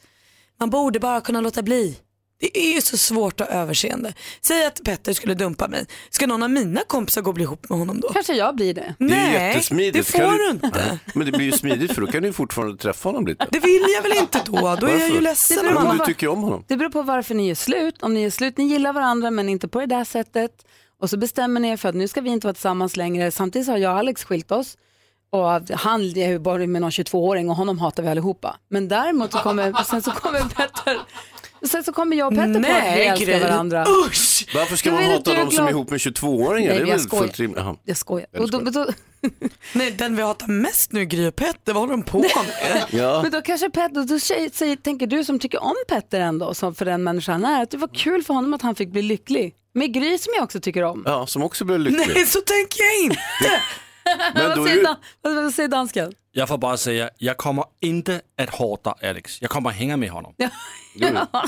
Speaker 2: man borde bara kunna låta bli. Det är ju så svårt att ha överseende. Säg att Petter skulle dumpa mig. Ska någon av mina kompisar gå och bli ihop med honom då?
Speaker 1: Kanske jag blir det.
Speaker 3: Det är
Speaker 2: Nej,
Speaker 3: jättesmidigt. Då
Speaker 2: det
Speaker 3: kan
Speaker 2: får du inte.
Speaker 3: Men det blir ju smidigt för då kan du ju fortfarande träffa honom lite.
Speaker 2: Det vill jag väl inte då? Då är jag
Speaker 3: Varför?
Speaker 2: ju ledsen.
Speaker 1: Det beror
Speaker 3: Om
Speaker 1: på
Speaker 3: du
Speaker 1: vad-
Speaker 3: tycker om honom.
Speaker 1: Det beror på varför ni är slut. Om ni är slut, ni gillar varandra men inte på det där sättet. Och så bestämmer ni er för att nu ska vi inte vara tillsammans längre. Samtidigt så har jag och Alex skilt oss. Och han är ju bara med någon 22-åring och honom hatar vi allihopa. Men däremot så kommer, sen så kommer Petter, sen så kommer jag och Petter på att vi
Speaker 2: Nej,
Speaker 1: älskar
Speaker 2: Gry.
Speaker 1: varandra.
Speaker 2: Usch!
Speaker 3: Varför ska
Speaker 1: Jag
Speaker 3: man
Speaker 1: vet
Speaker 3: hata
Speaker 1: inte, jag är
Speaker 3: de som är
Speaker 1: glad.
Speaker 3: ihop med 22-åringar?
Speaker 1: Nej,
Speaker 3: Det är
Speaker 1: men
Speaker 3: väl
Speaker 1: jag skojar.
Speaker 3: fullt rimligt. Jaha.
Speaker 1: Jag skojar. Och då, men då,
Speaker 2: Nej, den vi hatar mest nu är Gry och Petter. Vad håller de på med?
Speaker 1: Men då kanske Petter, då säger, säger, tänker du som tycker om Petter ändå, som för den människan han är, att det var kul för honom att han fick bli lycklig. Med Gry som jag också tycker om.
Speaker 3: Ja, som också blev lycklig.
Speaker 2: Nej, så tänker jag inte.
Speaker 4: Men
Speaker 1: vad,
Speaker 4: då är
Speaker 1: säger
Speaker 4: ju-
Speaker 1: dan- vad, vad säger dansken?
Speaker 4: Jag får bara säga, jag kommer inte att hata Alex. Jag kommer hänga med honom.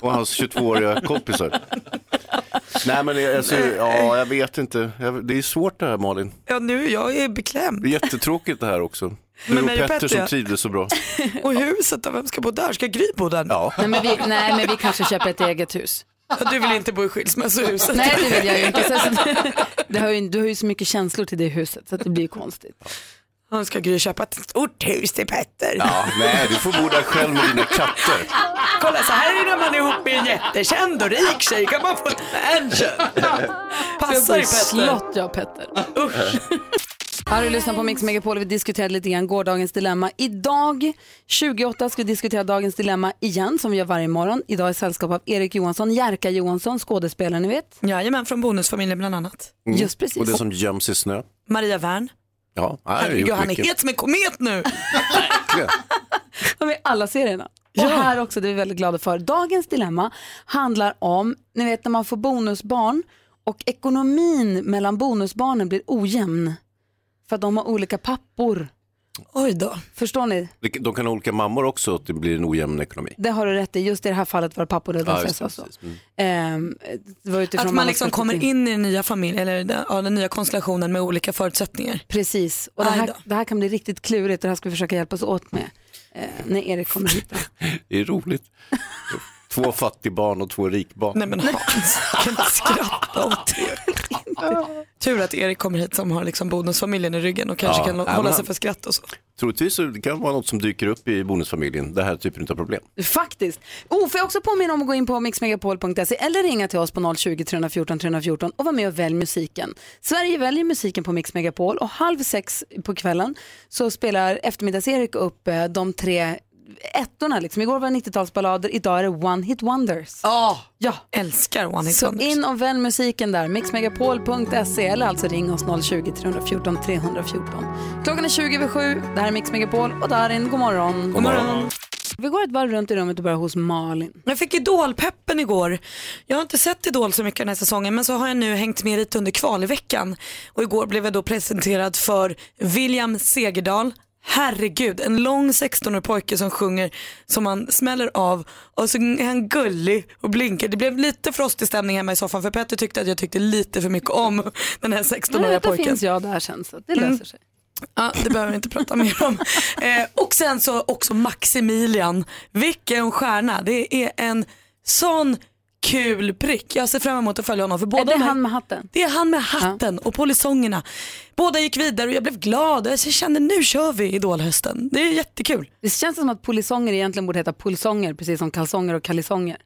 Speaker 3: Och hans 22-åriga kompisar. Nej men alltså, ja, jag vet inte. Jag- Det är svårt det här Malin.
Speaker 2: Ja, nu jag är beklämd.
Speaker 3: Det är jättetråkigt det här också. Du
Speaker 2: Men
Speaker 3: och
Speaker 2: mig och
Speaker 3: Petter
Speaker 2: Petter,
Speaker 3: som
Speaker 2: ja.
Speaker 3: trivdes så bra.
Speaker 2: Och huset då? Vem ska bo där? Ska Gry bo där?
Speaker 3: Ja.
Speaker 1: Nej men, vi, nej men vi kanske köper ett eget hus.
Speaker 2: Du vill inte bo i skilsmässohuset?
Speaker 1: Nej det vill jag ju inte. Så, så, det, det har ju, du har ju så mycket känslor till det huset så att det blir ju konstigt.
Speaker 2: Han ska Gry köpa ett stort hus till Petter.
Speaker 3: Ja, nej, du får bo där själv med dina katter.
Speaker 2: Kolla så här är det när man är ihop med en jättekänd och rik tjej. Kan man få en mansion?
Speaker 1: Ska
Speaker 2: Passar
Speaker 1: jag bo
Speaker 2: dig
Speaker 1: i
Speaker 2: Petter?
Speaker 1: slott jag och Petter. Här har du lyssnat på Mix Megapol. Vi diskuterade lite grann gårdagens dilemma. Idag 28 ska vi diskutera dagens dilemma igen som vi gör varje morgon. Idag i sällskap av Erik Johansson, Jerka Johansson, skådespelaren ni vet.
Speaker 2: Jajamän, från Bonusfamiljen bland annat.
Speaker 3: Mm.
Speaker 1: Just precis.
Speaker 3: Och det som göms i snö.
Speaker 2: Maria Wern.
Speaker 3: Ja, nej, det
Speaker 2: Herregud,
Speaker 3: gjort
Speaker 2: han är
Speaker 3: mycket.
Speaker 2: het som en komet nu.
Speaker 1: De är i alla serierna. Och här också, det är vi väldigt glada för. Dagens dilemma handlar om, ni vet när man får bonusbarn och ekonomin mellan bonusbarnen blir ojämn. För att de har olika pappor.
Speaker 2: Oj då.
Speaker 1: Förstår ni?
Speaker 3: Det- De kan ha olika mammor också, att det blir en ojämn ekonomi.
Speaker 1: Det har du rätt i. Just i det här fallet var det pappor. Det, var
Speaker 3: Ja,
Speaker 1: därför jag
Speaker 3: just
Speaker 1: sa
Speaker 3: det,
Speaker 1: så.
Speaker 3: precis. Mm.
Speaker 1: Ehm, det var utifrån
Speaker 2: Att man
Speaker 1: mammas
Speaker 2: liksom kommer
Speaker 1: perspektiv.
Speaker 2: in i den nya familjen, eller den, ja, den nya konstellationen med olika förutsättningar.
Speaker 1: Precis, och det här, det här kan bli riktigt klurigt och det här ska vi försöka hjälpas åt med eh, när Erik kommer hit.
Speaker 3: Det är roligt. Två fattigbarn och två rikbarn.
Speaker 2: Nej men Hans, jag kan inte skratta åt det. Tur att Erik kommer hit som har liksom bonusfamiljen i ryggen och kanske
Speaker 3: Ja,
Speaker 2: kan
Speaker 3: nej,
Speaker 2: hålla
Speaker 3: men
Speaker 2: sig
Speaker 3: han-
Speaker 2: för skratt och så.
Speaker 3: Troligtvis så det kan vara något som dyker upp i bonusfamiljen, det här typen av problem.
Speaker 1: Faktiskt. Oh, får jag också påminna om att gå in på mixmegapol.se eller ringa till oss på 020 314 314 och vara med och välj musiken. Sverige väljer musiken på Mix Megapol och halv sex på kvällen så spelar eftermiddags-Erik upp eh, de tre ettorna. Liksom. Igår var det 90-talsballader, idag är det One Hit Wonders. ja.
Speaker 2: älskar One Hit
Speaker 1: Så
Speaker 2: Wonders.
Speaker 1: in och välj musiken där, mixmegapol.se eller alltså ring oss 020 314 314. Klockan är 20 över 7, det här är Mix Megapol och Darin, god morgon.
Speaker 2: God morgon.
Speaker 1: Vi går ett varv runt i rummet och börjar hos Malin.
Speaker 2: Jag fick idolpeppen igår. Jag har inte sett Idol så mycket den här säsongen men så har jag nu hängt med lite under kvalveckan. Och igår blev jag då presenterad för William Segerdahl. Herregud, en lång 16-årig pojke som sjunger som han smäller av och så är han gullig och blinkar. Det blev lite frostig stämning hemma i soffan för Petter tyckte att jag tyckte lite för mycket om den här
Speaker 1: Men
Speaker 2: 16-åriga
Speaker 1: vet, då
Speaker 2: pojken.
Speaker 1: finns jag där sen så det löser
Speaker 2: Mm.
Speaker 1: sig.
Speaker 2: Ja, det behöver vi inte prata mer om. Eh, och sen så också Maximilian. Vilken stjärna. Det är en sån kul prick. Jag ser fram emot att följa honom. För båda
Speaker 1: Är det
Speaker 2: de här-
Speaker 1: han med hatten?
Speaker 2: Det är han med hatten och polisongerna. Båda gick vidare och jag blev glad. Jag kände nu kör vi Idolhösten. Det är jättekul.
Speaker 1: Det känns som att polisonger egentligen borde heta pulsonger precis som kalsonger och kallisonger.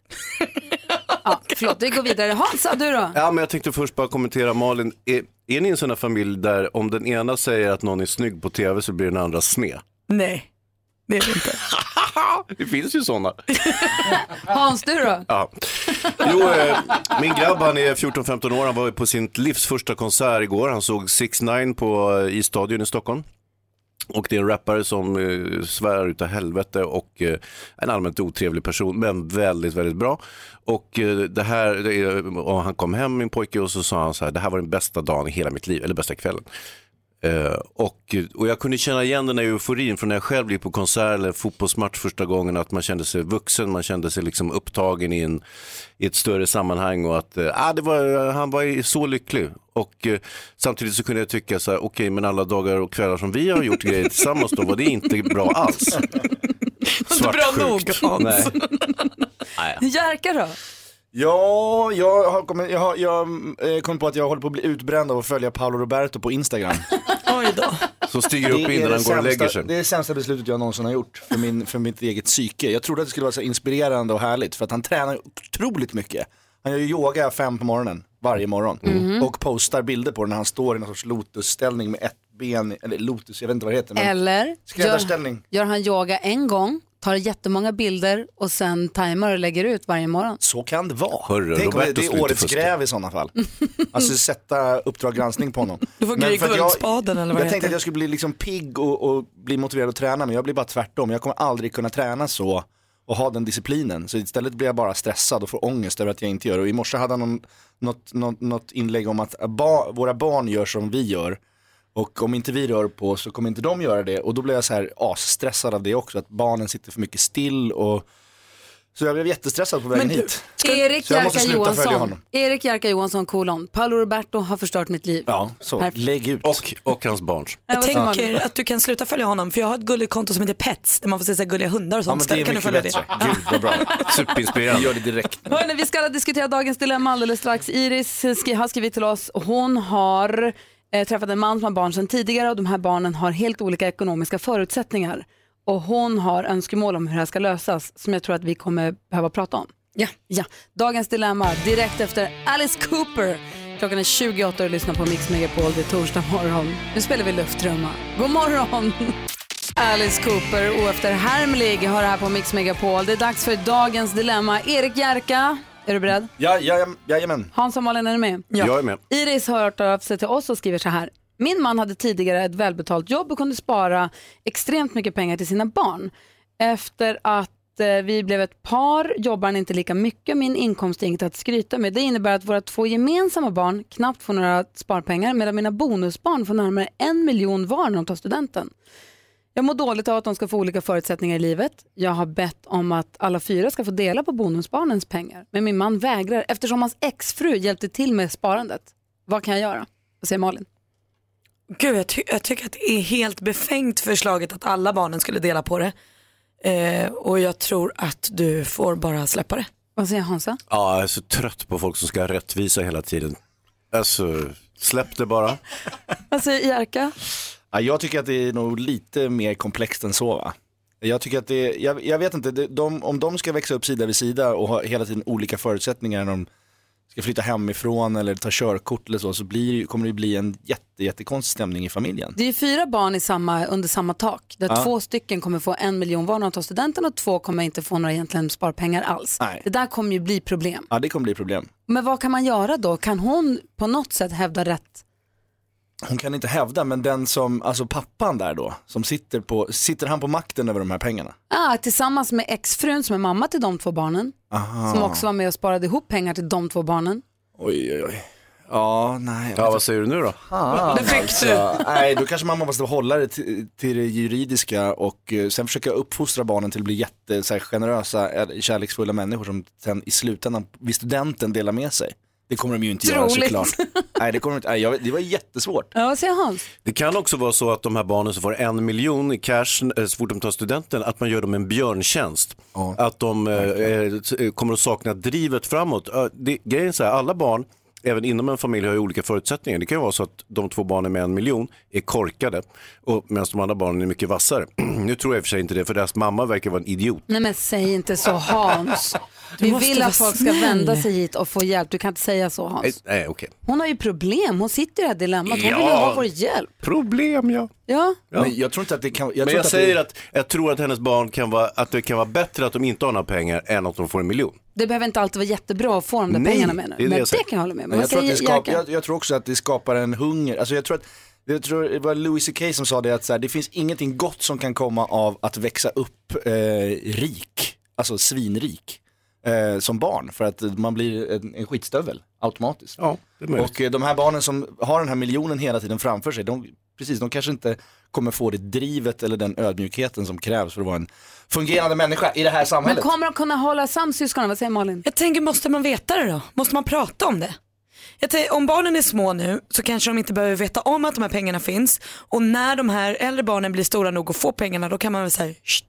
Speaker 1: ja, förlåt, vi går vidare. Hansa, du då?
Speaker 3: Ja, men jag tänkte först bara kommentera Malin, är, är ni en sån här familj där om den ena säger att någon är snygg på tv så blir den andra sned?
Speaker 2: Nej, det är det inte.
Speaker 3: Det finns ju sådana.
Speaker 1: Hans, du då?
Speaker 3: Ja. Jo, eh, min grabb han är 14-15 år, han var ju på sin livs första konsert igår. Han såg 6 9 på eh, i Stadion i Stockholm. Och det är en rappare som eh, svär utav helvete och eh, en allmänt otrevlig person men väldigt, väldigt bra. Och eh, det här, det är, och han kom hem min pojke och så sa han så här, det här var den bästa dagen i hela mitt liv, eller bästa kvällen. Eh, och, och jag kunde känna igen den här euforin från när jag själv gick på konsert eller fotbollsmatch första gången, att man kände sig vuxen, man kände sig liksom upptagen i, en, i ett större sammanhang och att eh, ah, det var, han var så lycklig. Och eh, samtidigt så kunde jag tycka så här, okej men alla dagar och kvällar som vi har gjort grejer tillsammans då var det inte bra alls.
Speaker 2: Inte bra nog
Speaker 3: Svartsjukt.
Speaker 2: Hans.
Speaker 3: Nej.
Speaker 1: Jerka då?
Speaker 14: Ja, jag har kommit, jag har, jag, eh, kom på att jag håller på att bli utbränd av att följa Paolo Roberto på Instagram.
Speaker 3: Så stiger upp
Speaker 14: Det är
Speaker 3: innan
Speaker 14: det
Speaker 3: han går och lägger
Speaker 14: sämsta-
Speaker 3: sig.
Speaker 14: Det är det sämsta beslutet jag någonsin har gjort för, min, för mitt eget psyke. Jag trodde att det skulle vara så inspirerande och härligt för att han tränar otroligt mycket. Han gör ju yoga fem på morgonen varje morgon
Speaker 1: Mhm.
Speaker 14: och postar bilder på det när han står i någon sorts lotusställning med ett ben, eller lotus, jag vet inte vad det heter. Men
Speaker 1: Eller
Speaker 14: Skräddarställning.
Speaker 1: gör, gör han yoga en gång, tar jättemånga bilder och sen tajmar och lägger ut varje morgon.
Speaker 14: Så kan det vara.
Speaker 3: Hörru,
Speaker 14: Tänk om det,
Speaker 3: Roberto
Speaker 14: det
Speaker 3: slutar
Speaker 14: är årets
Speaker 3: fuska.
Speaker 14: gräv i sådana fall. Alltså sätta Uppdrag granskning på honom.
Speaker 2: Du får
Speaker 14: Men
Speaker 2: Gry
Speaker 14: för att jag-
Speaker 2: Gullspaden eller vad
Speaker 14: Jag
Speaker 2: det
Speaker 14: tänkte
Speaker 2: heter.
Speaker 14: att jag skulle bli liksom pigg och, och bli motiverad att träna men jag blir bara tvärtom. Jag kommer aldrig kunna träna så och ha den disciplinen. Så istället blir jag bara stressad och får ångest över att jag inte gör det. Och i morse hade han någon, något, något, något inlägg om att ba, våra barn gör som vi gör. Och om inte vi rör på oss så kommer inte de göra det. Och då blev jag så här asstressad av det också. Att barnen sitter för mycket still och så jag blev jättestressad på vägen
Speaker 1: Men du,
Speaker 14: hit.
Speaker 1: Erik
Speaker 14: Så jag måste
Speaker 1: Jerka
Speaker 14: sluta följa
Speaker 1: Johansson,
Speaker 14: honom.
Speaker 1: Erik Jerka Johansson kolon, Paolo Roberto har förstört mitt liv.
Speaker 14: Ja, så.
Speaker 1: Perfekt.
Speaker 14: Lägg ut.
Speaker 3: Och, och hans barns.
Speaker 2: Jag
Speaker 1: Ja, vad
Speaker 2: tänker
Speaker 1: smart.
Speaker 2: att du kan sluta följa honom för jag har ett gulligt konto som heter Pets där man får se så här gulliga hundar och
Speaker 14: Ja,
Speaker 2: sånt.
Speaker 14: men det
Speaker 2: Istället
Speaker 14: är
Speaker 2: kan du
Speaker 14: mycket bättre.
Speaker 2: följa
Speaker 14: Gud
Speaker 2: det.
Speaker 14: vad bra.
Speaker 3: Superinspirerande.
Speaker 14: Vi gör det direkt.
Speaker 1: Hörrni, vi ska alla diskutera dagens dilemma alldeles strax. Iris skri- har skrivit till oss. Hon har eh, träffat en man som har barn sedan tidigare och de här barnen har helt olika ekonomiska förutsättningar. Och hon har önskemål om hur det här ska lösas som jag tror att vi kommer behöva prata om. Ja. ja. Dagens dilemma direkt efter Alice Cooper. Klockan är 28 och du lyssnar på Mix Megapol. Det är torsdag morgon. Nu spelar vi luftdrömmar. God morgon! Alice Cooper oefterhärmlig har det här på Mix Megapol. Det är dags för dagens dilemma. Erik Jerka, är du beredd?
Speaker 14: Ja, ja, jajamän.
Speaker 1: Hans och Malin, är ni med?
Speaker 14: Jag är med.
Speaker 1: Iris har hört av sig till oss och skriver så här. Min man hade tidigare ett välbetalt jobb och kunde spara extremt mycket pengar till sina barn. Efter att eh, vi blev ett par jobbar han inte lika mycket. Min inkomst är inget att skryta med. Det innebär att våra två gemensamma barn knappt får några sparpengar medan mina bonusbarn får närmare en miljon var när de tar studenten. Jag mår dåligt av att de ska få olika förutsättningar i livet. Jag har bett om att alla fyra ska få dela på bonusbarnens pengar. Men min man vägrar eftersom hans exfru hjälpte till med sparandet. Vad kan jag göra? Vad säger Malin?
Speaker 2: Gud, jag, ty- jag tycker att det är helt befängt förslaget att alla barnen skulle dela på det. Eh, och jag tror att du får bara släppa det.
Speaker 1: Vad säger Hansa?
Speaker 3: Ja, jag är så trött på folk som ska ha rättvisa hela tiden. Alltså, släpp det bara.
Speaker 1: Vad säger Jerka?
Speaker 14: Ja, jag tycker att det är nog lite mer komplext än så va? Jag tycker att det är, jag, jag vet inte, det, de, om de ska växa upp sida vid sida och ha hela tiden olika förutsättningar när de ska flytta hemifrån eller ta körkort eller så, så blir, det ju- kommer det ju bli en jätte, jättekonstig stämning i familjen.
Speaker 1: Det är ju fyra barn i samma, under samma tak där
Speaker 14: Ja.
Speaker 1: två stycken kommer få en miljon var när de tar studenten och två kommer inte få några egentligen sparpengar alls.
Speaker 14: Nej.
Speaker 1: Det där kommer ju bli problem.
Speaker 14: Ja, det kommer bli problem.
Speaker 1: Men vad kan man göra då? Kan hon på något sätt hävda rätt?
Speaker 14: Hon kan inte hävda, men den som, alltså pappan där då, som sitter på, sitter han på makten över de här pengarna?
Speaker 1: Ah, tillsammans med exfrun som är mamma till de två barnen.
Speaker 14: Aha.
Speaker 1: Som också var med och sparade ihop pengar till de två barnen.
Speaker 14: Oj, oj, oj. Ja, nej.
Speaker 3: Ja, vad säger du nu då?
Speaker 14: Ah,
Speaker 1: Det fick
Speaker 14: du. Nej, då kanske man måste hålla det till, till det juridiska och eh, sen försöka uppfostra barnen till att bli jätte, så här, generösa, eh, kärleksfulla människor som sen i slutändan vid studenten delar med sig. Det kommer de ju inte
Speaker 1: Troligt.
Speaker 14: göra såklart. Nej, det, kommer de inte, nej, jag, det var jättesvårt.
Speaker 1: Ja, vad säger Hans?
Speaker 3: Det kan också vara så att de här barnen som får en miljon i cash eh, så fort de tar studenten, att man gör dem en björntjänst. Att de eh, eh, t- kommer att sakna drivet framåt. Eh, Det, grejen är så här, alla barn, även inom en familj, har ju olika förutsättningar. Det kan ju vara så att de två barnen med en miljon är korkade, och- medan de andra barnen är mycket vassare. nu tror jag i och för sig inte det, för deras mamma verkar vara en idiot.
Speaker 1: Nej men säg inte så Hans.
Speaker 3: Du
Speaker 1: Vi
Speaker 3: måste
Speaker 1: vill
Speaker 3: vara
Speaker 1: att folk ska
Speaker 3: snäll.
Speaker 1: vända sig hit och få hjälp. Du kan inte säga så
Speaker 3: Nej,
Speaker 1: Hans.
Speaker 3: nej, okej.
Speaker 1: Hon har ju problem. Hon sitter i det här dilemmat. Hon vill ju
Speaker 3: Ja.
Speaker 1: ha vår hjälp.
Speaker 3: Problem ja.
Speaker 1: Ja.
Speaker 14: Men jag tror inte att det kan... Jag tror
Speaker 3: Men
Speaker 14: inte
Speaker 3: jag
Speaker 14: att
Speaker 3: säger
Speaker 14: det,
Speaker 3: att jag tror att hennes barn kan vara, att det kan vara bättre att de inte har några pengar än att de får en miljon.
Speaker 1: Det behöver inte alltid vara jättebra att få de där
Speaker 3: Nej,
Speaker 1: pengarna menar
Speaker 3: det är
Speaker 1: du?
Speaker 3: det
Speaker 1: Men
Speaker 3: jag säger.
Speaker 1: det kan jag hålla med om.
Speaker 14: Men
Speaker 1: Vad
Speaker 14: jag, tror att
Speaker 1: säger
Speaker 14: det skap,
Speaker 1: Jerka?
Speaker 14: jag, jag tror också att det skapar en hunger. Alltså jag tror att jag tror det var Louis CK som sa det att så här, det finns ingenting gott som kan komma av att växa upp eh, rik, alltså svinrik, eh, som barn. För att man blir en, en skitstövel automatiskt.
Speaker 3: Ja, det är möjligt.
Speaker 14: Och eh, de här barnen som har den här miljonen hela tiden framför sig, de, precis, de kanske inte kommer få det drivet eller den ödmjukheten som krävs för att vara en fungerande människa i det här
Speaker 1: Men
Speaker 14: samhället.
Speaker 1: kommer de kunna hålla sams syskonen? Vad säger Malin?
Speaker 2: Jag tänker, måste man veta det då? Måste man prata om det? Jag tänker, om barnen är små nu så kanske de inte behöver veta om att de här pengarna finns och när de här äldre barnen blir stora nog och får pengarna då kan man väl säga, "Sht,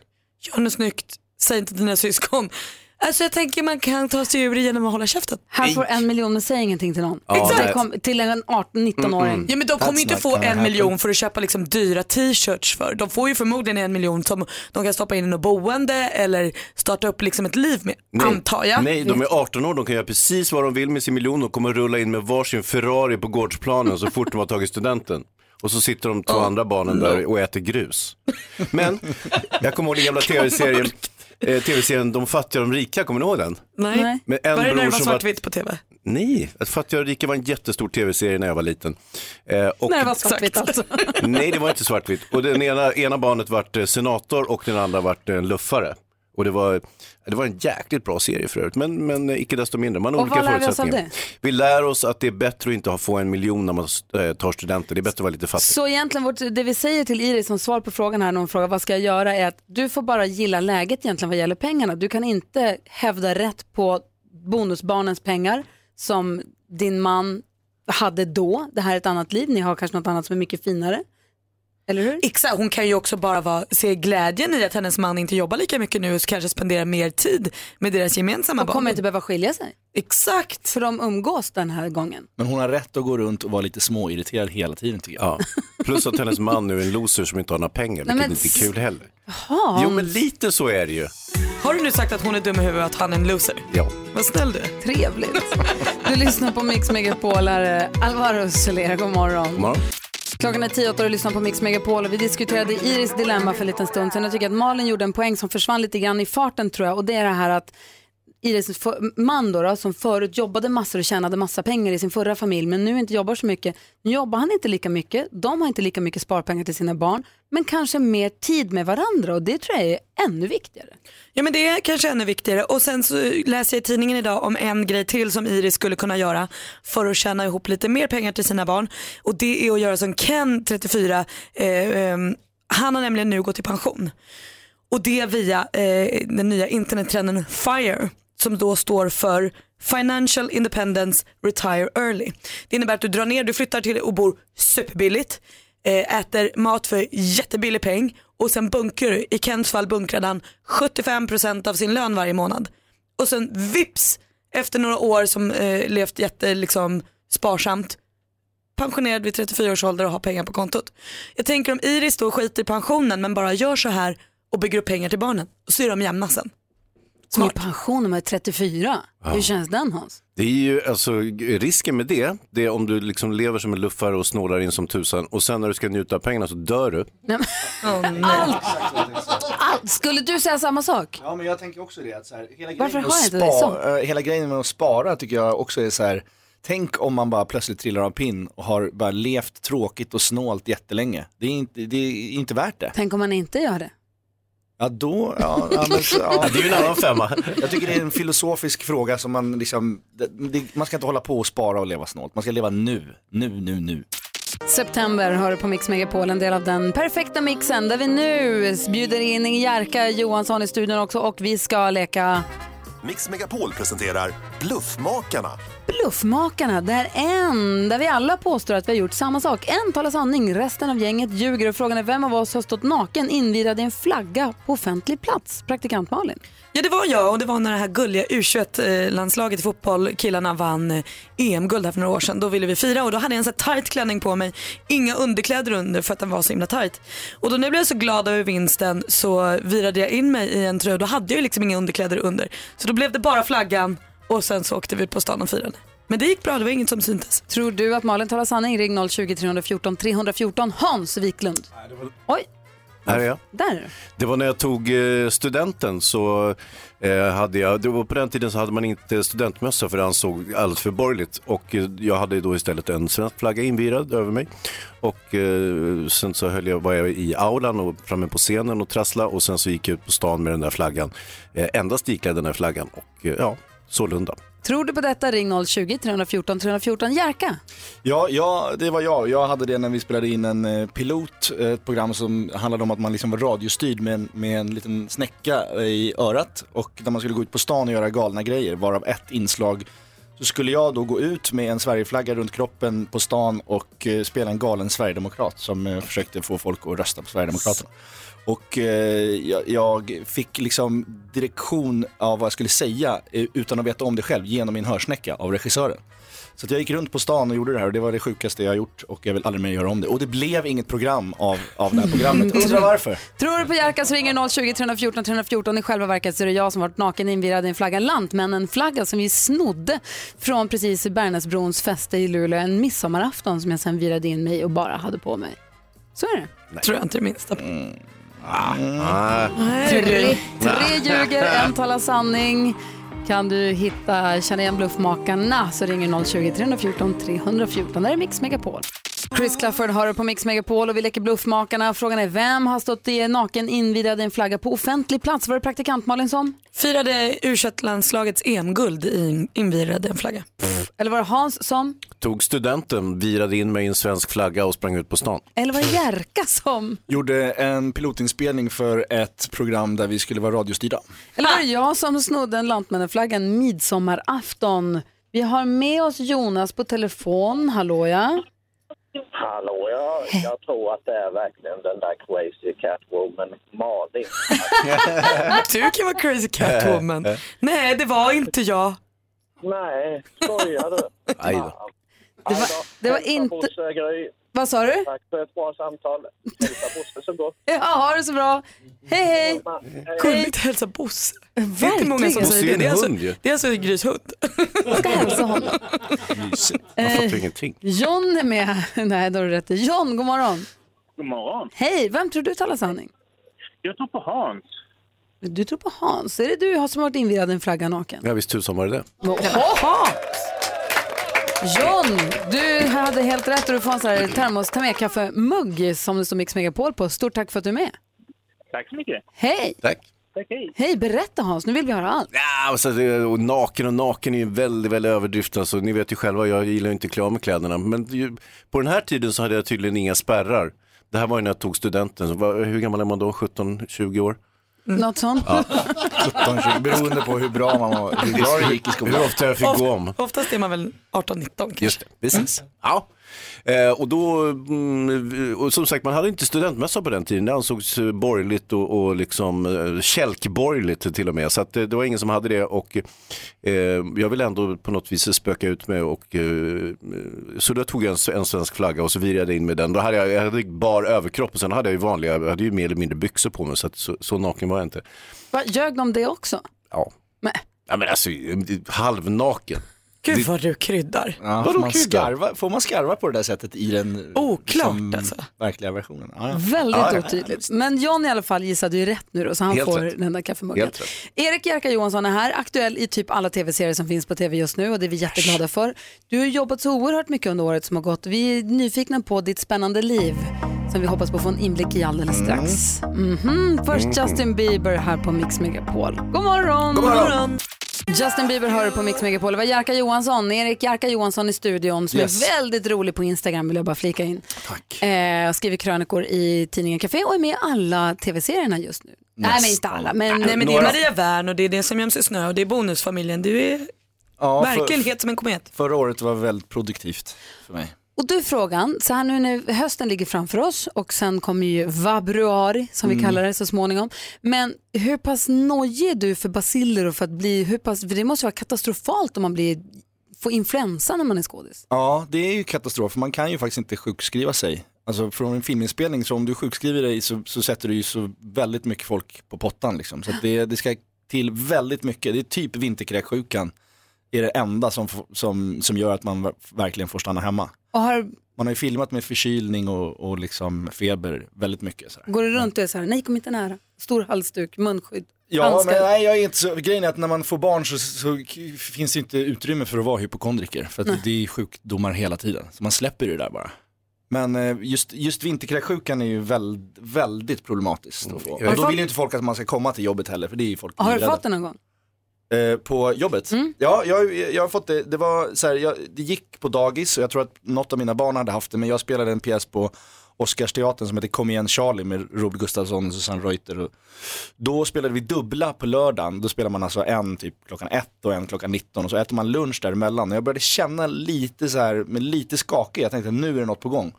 Speaker 2: gör något snyggt, säg inte till dina syskon. Alltså jag tänker man kan ta sig ur det genom att hålla käften.
Speaker 1: Här får en miljon men säg ingenting till någon.
Speaker 2: Ja, mm. Exakt.
Speaker 1: Det kom, till en 18-19-åring.
Speaker 2: Ja men de kommer ju inte få en miljon för att köpa liksom dyra t-shirts för. De får ju förmodligen en miljon som de kan stoppa in i något boende eller starta upp liksom ett liv med, antar jag.
Speaker 3: Nej, de är 18 år, de kan göra precis vad de vill med sin miljon. De kommer rulla in med varsin Ferrari på gårdsplanen så fort de har tagit studenten. Och så sitter de två andra barnen där och äter grus. Men jag kommer ihåg den gamla tv-serien, eh, tv-serien De fattiga och de rika, kommer ni ihåg den?
Speaker 2: Nej.
Speaker 3: Med en
Speaker 2: var det när
Speaker 3: bror
Speaker 2: det var
Speaker 3: som var-
Speaker 2: svartvitt på tv?
Speaker 3: Nej, att Fattiga och rika var en jättestor tv-serie när jag var liten. Eh, och-
Speaker 2: Nej, det var svartvitt alltså.
Speaker 3: Nej, det var inte svartvitt. Och den ena, ena barnet vart eh, senator och den andra vart eh, luffare. Och det var, det var en jäkligt bra serie för övrigt, men, men eh, icke desto mindre. Man har
Speaker 1: Och
Speaker 3: olika
Speaker 1: vad lär vi oss av
Speaker 3: förutsättningar. Vi lär oss att det är bättre att inte ha- få en miljon när man eh, tar studenter. Det är bättre att vara lite fattig.
Speaker 1: Så egentligen vårt, det vi säger till Iris som svar på frågan här när hon frågar vad ska jag göra är att du får bara gilla läget egentligen vad gäller pengarna. Du kan inte hävda rätt på bonusbarnens pengar som din man hade då. Det här är ett annat liv, ni har kanske något annat som är mycket finare. Eller hur?
Speaker 2: Exakt, hon kan ju också bara vara, se glädjen i att hennes man inte jobbar lika mycket nu och kanske spenderar mer tid med deras gemensamma
Speaker 1: Och
Speaker 2: barn.
Speaker 1: kommer inte behöva skilja sig.
Speaker 2: Exakt.
Speaker 1: För de umgås den här gången.
Speaker 14: Men hon har rätt att gå runt och vara lite småirriterad hela tiden tycker
Speaker 3: jag. Plus att hennes man nu är en loser som inte har några pengar, vilket
Speaker 2: Nej, men
Speaker 3: inte
Speaker 2: s-
Speaker 3: är kul heller.
Speaker 1: Jaha,
Speaker 3: Jo,
Speaker 1: hon-
Speaker 3: men lite så är det ju.
Speaker 2: Har du nu sagt att hon är dum i huvudet och att han är en loser?
Speaker 3: Ja.
Speaker 2: Vad snäll du är.
Speaker 1: Trevligt. Du lyssnar på Mix Megapolare. Alvaro Soler, god morgon.
Speaker 3: God morgon.
Speaker 1: Klockan är tio åtta och du lyssnar på Mix Megapol och vi diskuterade Iris dilemma för en liten stund sedan. Jag tycker att Malin gjorde en poäng som försvann lite grann i farten tror jag och det är det här att Iris för- man då, då som förut jobbade massor och tjänade massa pengar i sin förra familj men nu inte jobbar så mycket. Nu jobbar han inte lika mycket, de har inte lika mycket sparpengar till sina barn men kanske mer tid med varandra och det tror jag är ännu viktigare.
Speaker 2: Ja men det är kanske ännu viktigare och sen så läser jag i tidningen idag om en grej till som Iris skulle kunna göra för att tjäna ihop lite mer pengar till sina barn och det är att göra som Ken 34, eh, eh, han har nämligen nu gått i pension och det via eh, den nya internettrenden FIRE som då står för Financial Independence Retire Early. Det innebär att du drar ner, du flyttar till och bor superbilligt, eh, äter mat för jättebillig peng och sen bunkrar du. I Kents fall bunkrade han 75% av sin lön varje månad. Och sen vips, efter några år som eh, levt jätte, liksom, sparsamt, pensionerad vid 34 års ålder och har pengar på kontot. Jag tänker om Iris då skiter i pensionen men bara gör så här och bygger upp pengar till barnen och så är de jämna sen.
Speaker 1: Som i pension när man är 34.
Speaker 3: Ja.
Speaker 1: Hur känns den Hans?
Speaker 3: Det är ju, alltså, g- risken med det, det är om du liksom lever som en luffare och snålar in som tusan och sen när du ska njuta av pengarna så dör du.
Speaker 1: Allt, allt! Skulle du säga samma sak?
Speaker 14: Ja men jag tänker också det. Att så här, hela
Speaker 1: Varför
Speaker 14: grejen med
Speaker 1: har
Speaker 14: att
Speaker 1: jag inte det
Speaker 14: spa- eh, Hela grejen med att spara tycker jag också är så här. Tänk om man bara plötsligt trillar av pinn och har bara levt tråkigt och snålt jättelänge. Det är inte, det är inte värt det.
Speaker 1: Tänk om man inte gör det.
Speaker 14: Ja då, ja, ja, men, så- ja.
Speaker 3: Ja, det är ju en annan femma.
Speaker 14: Jag tycker det är en filosofisk fråga som man liksom, det, det, man ska inte hålla på och spara och leva snålt. Man ska leva nu, nu, nu, nu.
Speaker 1: September hör du på Mix Megapol, en del av den perfekta mixen där vi nu bjuder in Jerka Johansson i studion också och vi ska leka
Speaker 11: Mix Megapol presenterar Bluffmakarna.
Speaker 1: Bluffmakarna, där en, där vi alla påstår att vi har gjort samma sak. En talar sanning, resten av gänget ljuger och frågan är vem av oss har stått naken invirad i en flagga på offentlig plats? Praktikant Malin.
Speaker 2: Ja det var jag och det var när det här gulliga U21-landslaget i fotboll, killarna vann eh, EM-guld här för några år sedan. Då ville vi fira och då hade jag en sån här tight klänning på mig, inga underkläder under för att den var så himla tight. Och då när jag blev så glad över vinsten så virade jag in mig i en tröja, då hade jag ju liksom inga underkläder under. Så då blev det bara flaggan och sen så åkte vi ut på stan och firade. Men det gick bra, det var inget som syntes.
Speaker 1: Tror du att Malin talar sanning? Ring 020 314 314 Hans Wiklund. Oj,
Speaker 3: Här är jag.
Speaker 1: där är du.
Speaker 3: Det var när jag tog eh, studenten så eh, hade jag, det var på den tiden så hade man inte studentmössa för det ansåg alldeles för borgerligt och eh, jag hade då istället en svensk flagga invirad över mig och eh, sen så höll jag, var jag i aulan och framme på scenen och trassla och sen så gick jag ut på stan med den där flaggan, eh, endast iklädd den där flaggan och eh, ja, sålunda.
Speaker 1: Tror du på detta? Ring 020 314 314 Jerka.
Speaker 14: Ja, ja, det var jag. Jag hade det när vi spelade in en eh, pilot, eh, ett program som handlade om att man liksom var radiostyrd med en, med en liten snäcka eh, i örat och där man skulle gå ut på stan och göra galna grejer, varav ett inslag så skulle jag då gå ut med en Sverigeflagga runt kroppen på stan och eh, spela en galen sverigedemokrat som eh, försökte få folk att rösta på Sverigedemokraterna. Och eh, jag, jag fick liksom direktion av vad jag skulle säga eh, utan att veta om det själv genom min hörsnäcka av regissören. Så att jag gick runt på stan och gjorde det här och det var det sjukaste jag har gjort och jag vill aldrig mer göra om det. Och det blev inget program av, av det här programmet. Undrar varför?
Speaker 1: Tror du på Jerka så ringer 020 314 314. I själva verket så är det jag som varit naken invirad i en flagga. Lantmännen-flagga som vi snodde från precis Bärnäsbrons fäste i Luleå en midsommarafton som jag sen virade in mig och bara hade på mig. Så är det.
Speaker 2: Tror jag inte det minsta på.
Speaker 3: Ah, ah.
Speaker 1: Tre, tre ljuger, en talar sanning. Kan du hitta, känna igen bluffmakarna så ringer 020 314 314. Där är Mix Megapol. Chris Clafford har du på Mix Megapol och vi leker bluffmakarna. Frågan är vem har stått i naken invirad i en flagga på offentlig plats? Var det praktikant Malin som?
Speaker 2: Firade u landslagets EM-guld i invirade en flagga.
Speaker 1: Eller var det Hans som?
Speaker 3: Tog studenten, virade in mig i en svensk flagga och sprang ut på stan.
Speaker 1: Eller var det Jerka som?
Speaker 14: Gjorde en pilotinspelning för ett program där vi skulle vara radiostyrda.
Speaker 1: Eller var det jag som snodde en Lantmännenflaggan midsommarafton? Vi har med oss Jonas på telefon. Hallå ja.
Speaker 15: Hallå, jag, jag tror att det är verkligen den där crazy catwoman Malin.
Speaker 2: du kan vara crazy catwoman. Nej, det var inte jag.
Speaker 15: Nej, skojar du?
Speaker 3: Aj då.
Speaker 1: Det var, det var inte... Vad sa du?
Speaker 15: Tack för ett bra samtal. Hälsa Bosse så gott.
Speaker 1: Ja, ha det så bra. Hej hej.
Speaker 2: Gulligt att hälsa Bosse. Det är inte många som
Speaker 1: Verkligen.
Speaker 2: säger det. Det är alltså,
Speaker 1: Bosse är en hund ju.
Speaker 2: det är alltså Grys hund.
Speaker 1: Jag ska hälsa honom.
Speaker 3: Mysigt.
Speaker 1: Eh.
Speaker 3: Man fattar ingenting.
Speaker 1: John är med. Nej, då har du rätt. John, god morgon.
Speaker 16: God morgon.
Speaker 1: Hej, vem tror du talar sanning?
Speaker 16: Jag tror på Hans.
Speaker 1: Du tror på Hans. Är det du som har varit invirad i en flagga naken?
Speaker 3: Ja, visst tusan var det det.
Speaker 1: Ohoho! John, du hade helt rätt och du får en sån här termos ta med kaffe-mugg som det står Mix Megapol på. Stort tack för att du är med.
Speaker 16: Tack så mycket.
Speaker 1: Hej!
Speaker 3: Tack.
Speaker 16: Tack, hej.
Speaker 1: Hej, berätta Hans, nu vill vi höra allt.
Speaker 3: Ja, alltså, det- och naken och naken är ju en väldigt, väldigt överdrift. Alltså, ni vet ju själva, jag gillar ju inte att klä av mig kläderna. Men ju, på den här tiden så hade jag tydligen inga spärrar. Det här var ju när jag tog studenten. Så, vad- hur gammal är man då? 17-20 år?
Speaker 1: Något sånt?
Speaker 3: Ja.
Speaker 14: 17-20, beroende på hur bra man var, hur bra det gick i skolan.
Speaker 3: Hur ofta jag fick gå om.
Speaker 2: Oftast är man väl 18-19.
Speaker 3: Just det, precis. Ja. Eh, och då, mm, och som sagt man hade inte studentmässa på den tiden. Det ansågs eh, borgerligt och, och liksom eh, kälkborgerligt till och med. Så att, eh, det var ingen som hade det och eh, jag vill ändå på något vis spöka ut mig. Och, eh, så då tog jag en, en svensk flagga och så virade jag in med den. Då hade jag, jag hade bar överkropp och sen hade jag ju vanliga, jag hade ju mer eller mindre byxor på mig så, att, så, så naken var jag inte.
Speaker 1: Va, ljög de det också?
Speaker 3: Ja. Ja, men alltså halvnaken.
Speaker 2: Gud vad du kryddar.
Speaker 14: Ja, får, man skarva, får man skarva på det där sättet i den
Speaker 2: Oklart,
Speaker 14: alltså. verkliga versionen? Ja, ja.
Speaker 1: Väldigt
Speaker 14: Ja, ja.
Speaker 1: otydligt. Men John i alla fall gissade ju rätt nu då, så han
Speaker 14: Helt
Speaker 1: får
Speaker 14: rätt.
Speaker 1: den där kaffemuggen.
Speaker 14: Helt rätt.
Speaker 1: Erik Jerka Johansson är här, aktuell i typ alla tv-serier som finns på tv just nu och det är vi jätteglada för. Du har jobbat så oerhört mycket under året som har gått. Vi är nyfikna på ditt spännande liv som vi hoppas på att få en inblick i alldeles strax. Mhm, Först
Speaker 14: Mm.
Speaker 1: Justin Bieber här på Mix Megapol. God morgon!
Speaker 5: God morgon.
Speaker 1: Justin Bieber hör du på Mix Megapol. Det var Jerka Johansson, Erik Jerka Johansson i studion som
Speaker 5: Yes.
Speaker 1: är väldigt rolig på Instagram vill jag bara flika in. Tack. Eh, skriver krönikor i tidningen Café och är med i alla tv-serierna just nu. Nej men inte alla. Men,
Speaker 2: Nej, men det är Maria Wern och det är det som göms i snö och det är Bonusfamiljen. Du är
Speaker 14: Ja, för-
Speaker 2: verkligen het som en komet.
Speaker 14: Förra året var väldigt produktivt för mig.
Speaker 1: Och du frågan, så här nu när hösten ligger framför oss och sen kommer ju vabruari som vi
Speaker 14: Mm.
Speaker 1: kallar det så småningom. Men hur pass nojig är du för basiller och för att bli, hur pass, för det måste vara katastrofalt om man blir, får influensa när man är skådis.
Speaker 14: Ja, det är ju katastrof. Man kan ju faktiskt inte sjukskriva sig. Alltså från en filminspelning, så om du sjukskriver dig så, så sätter du ju så väldigt mycket folk på pottan liksom. Så att det, det ska till väldigt mycket. Det är typ vinterkräksjukan. är det enda som, f- som, som gör att man ver- verkligen får stanna hemma.
Speaker 1: Och har,
Speaker 14: Man har ju filmat med förkylning och, och liksom feber väldigt mycket. Så här.
Speaker 1: går du runt och är så här, nej kom inte nära, stor halsduk, munskydd,
Speaker 14: Ja,
Speaker 1: handskar.
Speaker 14: men nej, jag är inte så, grejen är att när man får barn så, så k- finns det inte utrymme för att vara hypokondriker. För att
Speaker 1: Nej.
Speaker 14: det är sjukdomar hela tiden. Så man släpper det där bara. Men eh, just, just vinterkräksjukan är ju väl, väldigt problematiskt att få.
Speaker 1: Har
Speaker 14: Och
Speaker 1: du
Speaker 14: då
Speaker 1: fått-
Speaker 14: vill ju inte folk att man ska komma till jobbet heller, för det är ju folk
Speaker 1: Har du
Speaker 14: livrädda.
Speaker 1: fått Mm. den någon gång?
Speaker 14: Eh, på jobbet? Ja, jag, jag har fått det. Det, var så här, jag, det gick på dagis och jag tror att något av mina barn hade haft det, men jag spelade en pjäs på Oscarsteatern som heter Kom igen Charlie med Robert Gustafsson och Susanne Reuter. Och då spelade vi dubbla på lördagen. Då spelar man alltså en typ klockan ett och en klockan 19 och så äter man lunch däremellan. Och jag började känna lite så här, men lite skakig. Jag tänkte nu är det något på gång.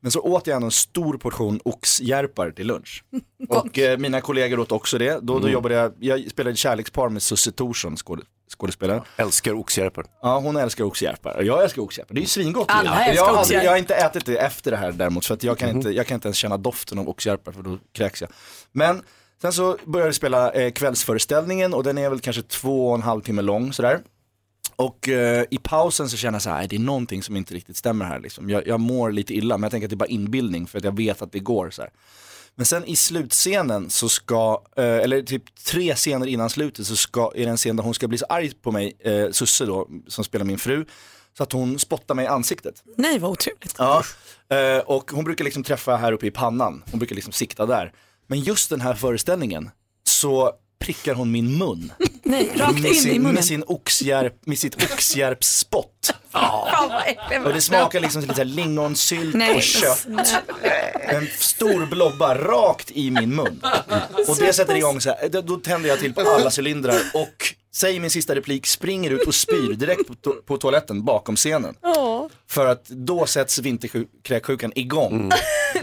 Speaker 14: Men så åt jag ändå en stor portion oxjärpar till lunch. Och eh, mina kollegor åt också det. Då, då
Speaker 8: Mm.
Speaker 14: jobbade jag, jag spelade kärlekspar med Susie Thorsson, skåde- skådespelare.
Speaker 3: Älskar oxjärpar.
Speaker 14: Ja, hon älskar oxjärpar. Och jag älskar oxjärpar. Det är ju svingott.
Speaker 5: Alla
Speaker 14: ju.
Speaker 5: älskar
Speaker 14: jag, har aldrig-
Speaker 5: oxjärpar.
Speaker 14: jag har inte ätit det efter det här däremot, för att jag, kan inte, jag kan inte ens känna doften av oxjärpar, för då kräks jag. Men sen så började jag spela eh, kvällsföreställningen och den är väl kanske två och en halv timme lång sådär. Och eh, i pausen så känner jag så här, "Nej, det är någonting som inte riktigt stämmer här liksom. jag, jag mår lite illa, men jag tänker att det är bara inbildning för att jag vet att det går så här. Men sen i slutscenen så ska, eh, eller typ tre scener innan slutet så ska, är det en scen där hon ska bli så arg på mig, eh, Susse då, som spelar min fru, så att hon spottar mig i ansiktet.
Speaker 2: Nej vad otrevligt.
Speaker 14: Ja, eh, och hon brukar liksom träffa här uppe i pannan, hon brukar liksom sikta där. Men just den här föreställningen så prickar hon min mun.
Speaker 2: Nej, rakt in
Speaker 14: med sin,
Speaker 2: i munnen.
Speaker 14: Med, sin oxjärp, med sitt oxjärpsspott.
Speaker 2: Fan, vad äckligt.
Speaker 14: Och det smakar liksom till lite så här lingonsylt
Speaker 2: Nej,
Speaker 14: och kött. En stor blobba rakt i min mun. Och det sätter igång så här, då- då tänder jag till på alla cylindrar och säger min sista replik, springer ut och spyr direkt på, to- på toaletten bakom scenen.
Speaker 5: Ja.
Speaker 14: För att då sätts vinterkräksjukan igång.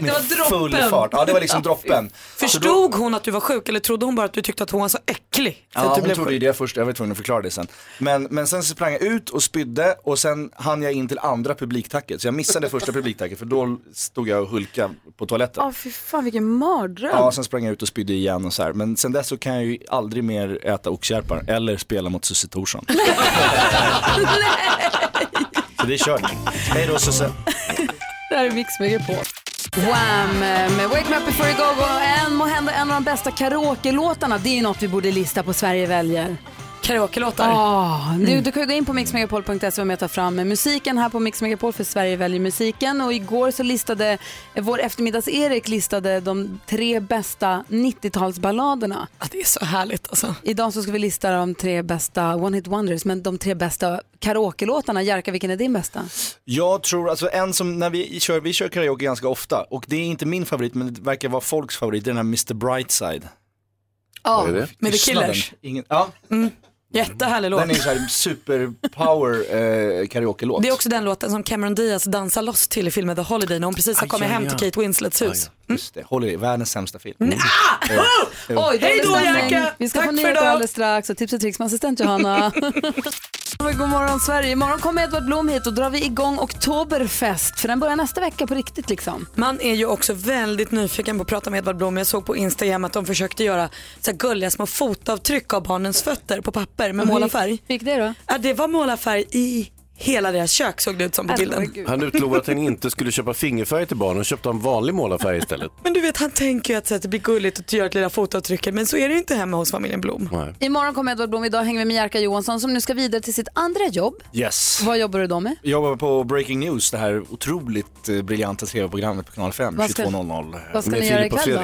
Speaker 2: Det var
Speaker 14: Full
Speaker 2: droppen.
Speaker 14: fart, ja det var liksom
Speaker 2: Ja, fy.
Speaker 14: droppen.
Speaker 2: Förstod hon att du var sjuk eller trodde hon bara att du tyckte att hon var så äcklig? Så
Speaker 14: Ja,
Speaker 2: att du
Speaker 14: hon trodde ju det först, jag var tvungen att förklara det sen. Men, men sen så sprang jag ut och spydde och sen hann jag in till andra publiktacket. Så jag missade första publiktacket för då stod jag och hulkade på toaletten.
Speaker 1: Åh, fy fan vilken mardröm.
Speaker 14: Ja, sen sprang jag ut och spydde igen och så här. Men sen dess så kan jag ju aldrig mer äta oxkärpar eller spela mot Susie Thorsson. så det är kört. Hej då Susse.
Speaker 1: Det här är Mix Megapol. Wham! Med Wake Me Up Before You Go Go en, må hända en av de bästa karaoke-låtarna. Det är ju något vi borde lista på Sverige väljer.
Speaker 2: Karaoke-låtar?
Speaker 1: Ja, du, du kan ju gå in på mixmegapol.se och vara med och ta fram musiken här på Mix Megapol för Sverige väljer musiken. Och igår så listade eh, vår eftermiddags-Erik listade de tre bästa 90-talsballaderna.
Speaker 2: Ja, det är så härligt alltså.
Speaker 1: Idag så ska vi lista de tre bästa One Hit Wonders, men de tre bästa karaoke-låtarna. Jerka, vilken är din bästa?
Speaker 14: Jag tror, alltså en som, när vi kör, vi kör karaoke ganska ofta och det är inte min favorit men det verkar vara folks favorit, det är den här Mr Brightside.
Speaker 2: Ja,
Speaker 14: Vad är det?
Speaker 2: med The
Speaker 14: Lyssna
Speaker 2: Killers.
Speaker 14: den. Ingen, ja.
Speaker 2: Jättehärlig låt.
Speaker 14: Den är så här superpower eh, karaoke-låt.
Speaker 2: Det är också den låten som Cameron Diaz dansar loss till i filmen The Holiday när hon precis har kommit
Speaker 14: ja,
Speaker 2: hem
Speaker 14: ja.
Speaker 2: till Kate Winslets hus.
Speaker 14: Just det, Holiday, världens sämsta film.
Speaker 2: Ah!
Speaker 14: Eh, eh.
Speaker 1: Oj,
Speaker 2: Hej då,
Speaker 1: stämning.
Speaker 2: Jerka!
Speaker 1: Vi ska
Speaker 2: Tack
Speaker 1: få
Speaker 2: för
Speaker 1: nyheter
Speaker 2: idag.
Speaker 1: alldeles strax och tips och tricks med assistent Johanna. God morgon Sverige. Imorgon kommer Edvard Blom hit och drar vi igång Oktoberfest för den börjar nästa vecka på riktigt liksom.
Speaker 2: Man är ju också väldigt nyfiken på att prata med Edvard Blom. Jag såg på Instagram att de försökte göra så här gulliga små fotavtryck av barnens fötter på papper med
Speaker 1: hur-
Speaker 2: målarfärg.
Speaker 1: Hur gick det då?
Speaker 2: Ja, det var målarfärg i hela deras kök såg det ut som på bilden.
Speaker 3: Han utlovade att han inte skulle köpa fingerfärg till barnen och köpte en vanlig målarfärg istället.
Speaker 2: Men du vet han tänker ju att, så att det blir gulligt att göra ett lilla fotavtryck men så är det ju inte hemma hos familjen Blom.
Speaker 3: Nej.
Speaker 1: Imorgon kommer Edvard Blom. Idag hänger vi med Jerka Johansson som nu ska vidare till sitt andra jobb.
Speaker 14: Yes.
Speaker 1: Vad jobbar du då med?
Speaker 14: Jag jobbar på Breaking News, det här otroligt eh, briljanta tv-programmet på Kanal 5,
Speaker 1: Vad ska-
Speaker 14: 22.00.
Speaker 1: vad ska ni göra
Speaker 14: och
Speaker 1: ikväll då?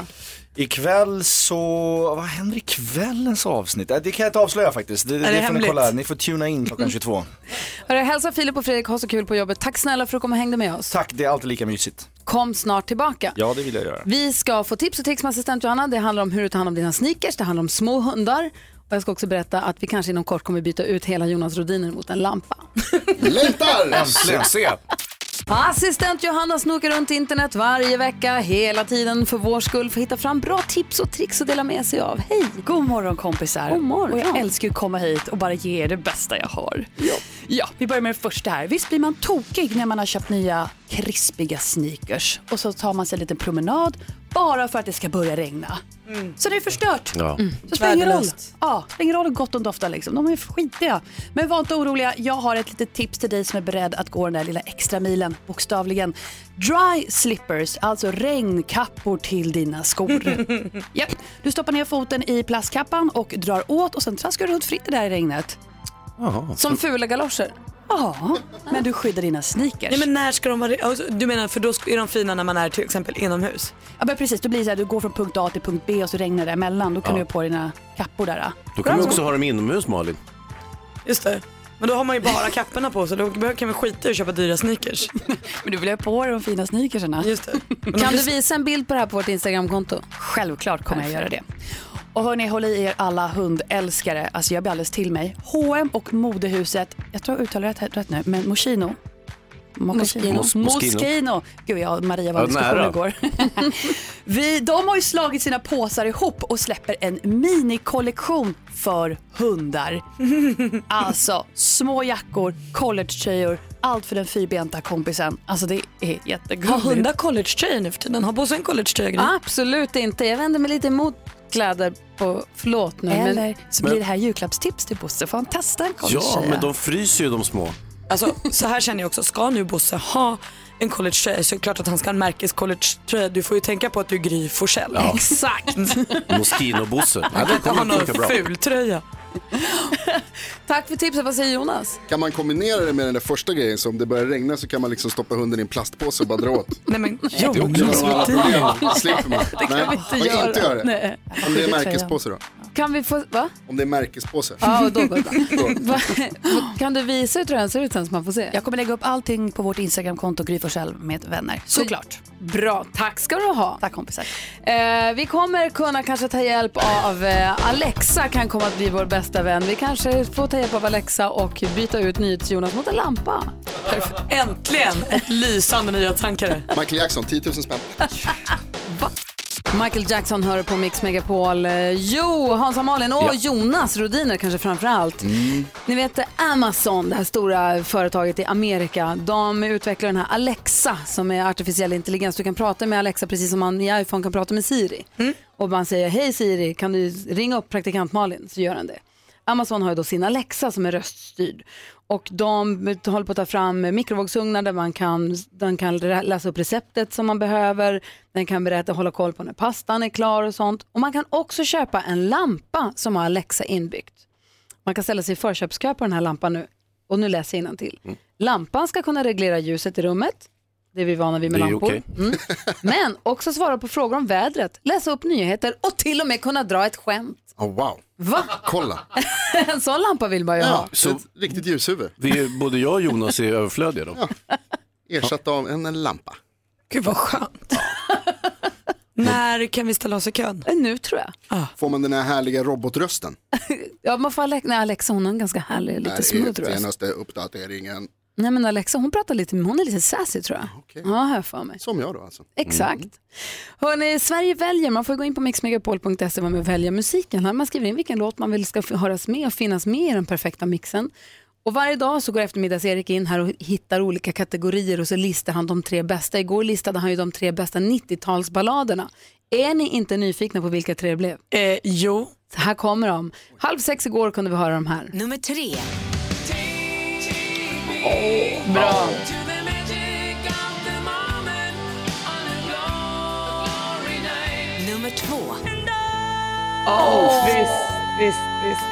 Speaker 14: Ikväll så, vad händer i kvällens avsnitt? Eh, Det kan jag inte avslöja faktiskt. Det,
Speaker 1: Är
Speaker 14: det,
Speaker 1: det
Speaker 14: får ni
Speaker 1: hemligt?
Speaker 14: kolla, ni får tuna in klockan 22.
Speaker 1: Hörru, hälsa Filip och Fredrik, ha så kul på jobbet. Tack snälla för att du kom och hängde med oss.
Speaker 14: Tack, det är alltid lika mysigt.
Speaker 1: Kom snart tillbaka.
Speaker 14: Ja, det vill jag göra.
Speaker 1: Vi ska få tips och tricks med assistent Johanna. Det handlar om hur du tar hand om dina sneakers, det handlar om små hundar. Och jag ska också berätta att vi kanske inom kort kommer byta ut hela Jonas Rodiner mot en lampa.
Speaker 5: Längtar!
Speaker 14: Äntligen.
Speaker 5: Succé!
Speaker 1: Assistent Johanna snokar runt internet varje vecka, hela tiden för vår skull, för att hitta fram bra tips och tricks att dela med sig av. Hej!
Speaker 17: God morgon kompisar.
Speaker 1: God morgon.
Speaker 17: Och jag älskar ju att komma hit och bara ge er det bästa jag har. Ja. vi börjar med det första här. Visst blir man tokig när man har köpt nya krispiga sneakers och så tar man sig en liten promenad bara för att det ska börja regna.
Speaker 1: Mm.
Speaker 17: Så det är förstört.
Speaker 5: Ja.
Speaker 17: Så spelar ingen roll.
Speaker 5: Värdelöst.
Speaker 17: Ja, spelar ingen roll hur gott de doftar liksom. De är skitiga. Men var inte oroliga. Jag har ett litet tips till dig som är beredd att gå den där lilla extra milen, bokstavligen. Dry slippers, alltså regnkappor till dina skor. Japp. Du stoppar ner foten i plastkappan och drar åt och sen traskar du runt fritt där i regnet.
Speaker 1: Som fula galoscher?
Speaker 17: Ja, men du skyddar dina sneakers.
Speaker 2: Nej men när ska de vara, alltså, du menar för då är de fina när man är till exempel inomhus?
Speaker 17: Ja, men precis. Då blir det så här, du går från punkt A till punkt B och så regnar det emellan. Då kan
Speaker 3: Ja.
Speaker 17: du ha på dina kappor där.
Speaker 3: Då kan man också ha dem inomhus Malin.
Speaker 2: Just det. Men då har man ju bara kapporna på sig, då kan man skita i att köpa dyra sneakers.
Speaker 17: men du vill ha på dig de fina sneakersarna.
Speaker 2: Just det.
Speaker 1: Kan du visa en bild på det här på vårt Instagramkonto?
Speaker 17: Självklart kommer jag göra det. Och hörni, håll i er alla hundälskare. Alltså jag blir alldeles till mig. H&M och modehuset, jag tror jag uttalar det rätt, rätt nu, men Moschino. Moschino.
Speaker 1: Moschino.
Speaker 17: Moschino. Gud, jag och Maria var i
Speaker 1: Ja,
Speaker 17: diskussion
Speaker 1: nära.
Speaker 17: igår. Vi, de har ju slagit sina påsar ihop och släpper en minikollektion för hundar. Alltså, små jackor, collegetröjor, allt för den fyrbenta kompisen. Alltså det är jättegulligt.
Speaker 2: Har hundar collegetröjor nu för tiden? Har Bosse en collegetröja?
Speaker 17: Mm.
Speaker 1: Absolut inte. Jag vänder mig lite emot kläder på... Förlåt nu.
Speaker 17: Eller
Speaker 1: men...
Speaker 17: så blir det här julklappstips till Bosse, får han testa en
Speaker 3: Ja,
Speaker 17: collegetröja.
Speaker 3: men de fryser ju de små.
Speaker 2: Alltså så här känner jag också, ska nu Bosse ha en collegetröja så är det klart att han ska ha en märkescollegetröja. Du får ju tänka på att du är Gry Forssell.
Speaker 3: Ja.
Speaker 2: Exakt.
Speaker 3: Moschino-Bosse. Ja, det
Speaker 2: Han har
Speaker 3: kommer funka
Speaker 2: en
Speaker 3: bra.
Speaker 2: ful tröja.
Speaker 1: Tack för tipset. Vad säger Jonas?
Speaker 13: Kan man kombinera det med den där första grejen, så om det börjar regna så kan man liksom stoppa hunden i en plastpåse och bara dra åt?
Speaker 2: Nej men
Speaker 13: Det är också bra. Alla problem slipper man.
Speaker 1: Det kan
Speaker 13: Nej,
Speaker 1: vi inte
Speaker 13: man kan
Speaker 1: göra.
Speaker 13: inte göra det.
Speaker 1: Nej.
Speaker 13: Om det är
Speaker 1: Tröjan.
Speaker 13: märkespåse då?
Speaker 1: Kan vi få... Va?
Speaker 13: Om det är märkespåse?
Speaker 1: Ja, och då går det bra. Va- Kan du visa hur tröjan ser ut sen så man får se?
Speaker 17: Jag kommer lägga upp allting på vårt Instagramkonto Gry Forssell med vänner. Såklart.
Speaker 1: Bra, tack ska du ha.
Speaker 17: Tack kompisar.
Speaker 1: Eh, vi kommer kunna kanske ta hjälp av eh, Alexa kan komma att bli vår bästa vän. Vi kanske får ta hjälp av Alexa och byta ut NyhetsJonas mot en lampa.
Speaker 2: Äntligen ett lysande nyhetstankare.
Speaker 13: Michael Jackson, 10 000 spänn.
Speaker 1: Michael Jackson hör på Mix Megapol. Eh, Jo, Hansa Malin och
Speaker 13: Ja.
Speaker 1: Jonas Rodiner kanske framför allt. Ni vet eh, Amazon, det här stora företaget i Amerika, de utvecklar den här Alexa som är artificiell intelligens. Du kan prata med Alexa precis som man i iPhone kan prata med Siri. Och man säger hej Siri, kan du ringa upp praktikant Malin? Så gör den det. Amazon har ju då sin Alexa som är röststyrd. Och de håller på att ta fram mikrovågsugnar där man kan, den kan rä- läsa upp receptet som man behöver. Den kan berätta, hålla koll på när pastan är klar och sånt. Och man kan också köpa en lampa som har Alexa inbyggt. Man kan ställa sig i förköpskö på den här lampan nu. Och nu läser jag till.
Speaker 13: Mm.
Speaker 1: Lampan ska kunna reglera ljuset i rummet. Det är vi vana vid med
Speaker 5: Det är
Speaker 1: lampor.
Speaker 5: okej.
Speaker 1: Mm. Men också svara på frågor om vädret, läsa upp nyheter och till och med kunna dra ett skämt.
Speaker 13: Oh, wow.
Speaker 1: Va?
Speaker 13: Kolla.
Speaker 1: En sån lampa vill man ju ha.
Speaker 13: Ja, så ett riktigt ljushuvud.
Speaker 3: Vi, både jag och Jonas är överflödiga då.
Speaker 13: Ersatt av en, en lampa.
Speaker 2: Gud vad skönt. När kan vi ställa oss i kön?
Speaker 1: Eh, Nu tror jag.
Speaker 13: Får man den här härliga robotrösten?
Speaker 1: Ja, man får Alexa, nej, Alexa hon har en ganska härlig,
Speaker 13: Här
Speaker 1: lite
Speaker 13: är
Speaker 1: smooth röst.
Speaker 13: Senaste uppdateringen.
Speaker 1: Nej men Alexa hon pratar lite, hon är lite sassy tror jag. Ja, har jag för mig.
Speaker 13: Som jag då alltså.
Speaker 1: Exakt. Hörrni, Sverige väljer, man får gå in på mixmegapol.se och vara med och välja musiken. Här man skriver in vilken låt man vill ska f- höras med och finnas med i den perfekta mixen. Och varje dag så går eftermiddags-Erik in här och hittar olika kategorier och så listar han de tre bästa. Igår listade han ju de tre bästa 90-talsballaderna. Är ni inte nyfikna på vilka tre det blev?
Speaker 2: Eh, jo.
Speaker 1: Här kommer de. Halv sex igår kunde vi höra de här.
Speaker 12: Nummer tre.
Speaker 1: Bra.
Speaker 12: Nummer två.
Speaker 6: Åh, visst, visst, visst.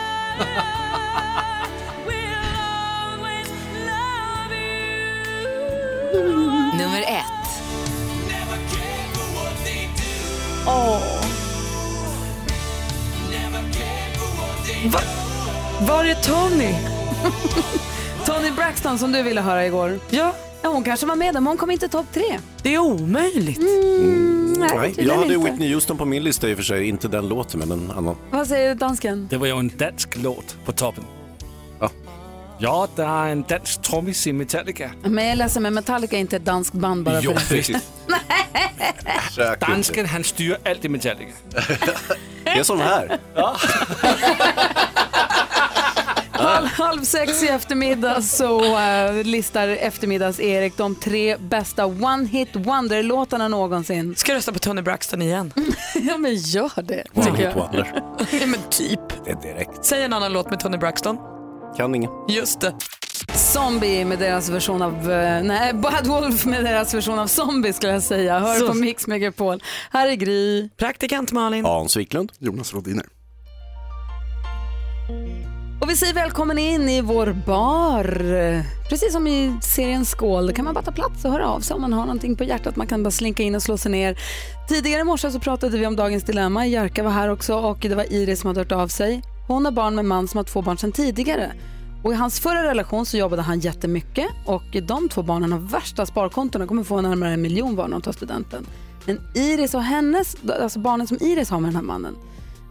Speaker 12: Nummer ett.
Speaker 2: Va? Var är Tony?
Speaker 1: Tony Braxton som du ville höra igår.
Speaker 2: Ja.
Speaker 1: ja hon kanske var med där, men hon kom inte i topp tre.
Speaker 2: Det är omöjligt.
Speaker 1: nej,
Speaker 3: Nej, jag
Speaker 1: tydligen
Speaker 3: hade
Speaker 1: inte.
Speaker 3: Whitney Houston på min lista i och för sig, inte den låten men en annan.
Speaker 1: Vad säger dansken?
Speaker 4: Det var ju en dansk låt på toppen. Ja, det är en dansk trummis i Metallica.
Speaker 1: Men jag är ledsen, men Metallica är inte ett danskt band bara
Speaker 4: Jo,
Speaker 1: för det.
Speaker 4: visst. Dansken, han styr allt i Metallica.
Speaker 3: Det är som här.
Speaker 1: Halv, halv sex i eftermiddag så eh, listar eftermiddags-Erik de tre bästa one-hit wonder-låtarna någonsin.
Speaker 2: Ska jag rösta på Tony Braxton igen?
Speaker 1: ja men gör det.
Speaker 3: One
Speaker 1: tycker
Speaker 3: hit
Speaker 1: jag.
Speaker 3: wonder.
Speaker 2: Ja, men typ.
Speaker 3: Det är direkt.
Speaker 2: Säg en annan låt med Tony Braxton.
Speaker 3: Kan ingen.
Speaker 2: Just det.
Speaker 1: Zombie med deras version av, eh, nej, Bad Wolf med deras version av Zombie skulle jag säga. Hör
Speaker 2: Så-
Speaker 1: på Mix Megapol. Här är Gry.
Speaker 2: Praktikant Malin.
Speaker 3: Hans Wiklund.
Speaker 13: Jonas Rodiner.
Speaker 1: Och vi säger välkommen in i vår bar. Precis som i serien Skål, där kan man bara ta plats och höra av sig om man har någonting på hjärtat. Man kan bara slinka in och slå sig ner. Tidigare i morse så pratade vi om dagens dilemma. Jerka var här också och det var Iris som hade hört av sig. Hon har barn med en man som har två barn sedan tidigare. Och i hans förra relation så jobbade han jättemycket och de två barnen har värsta sparkontona kommer få närmare en miljon var när de tar studenten. Men Iris och hennes, alltså barnen som Iris har med den här mannen,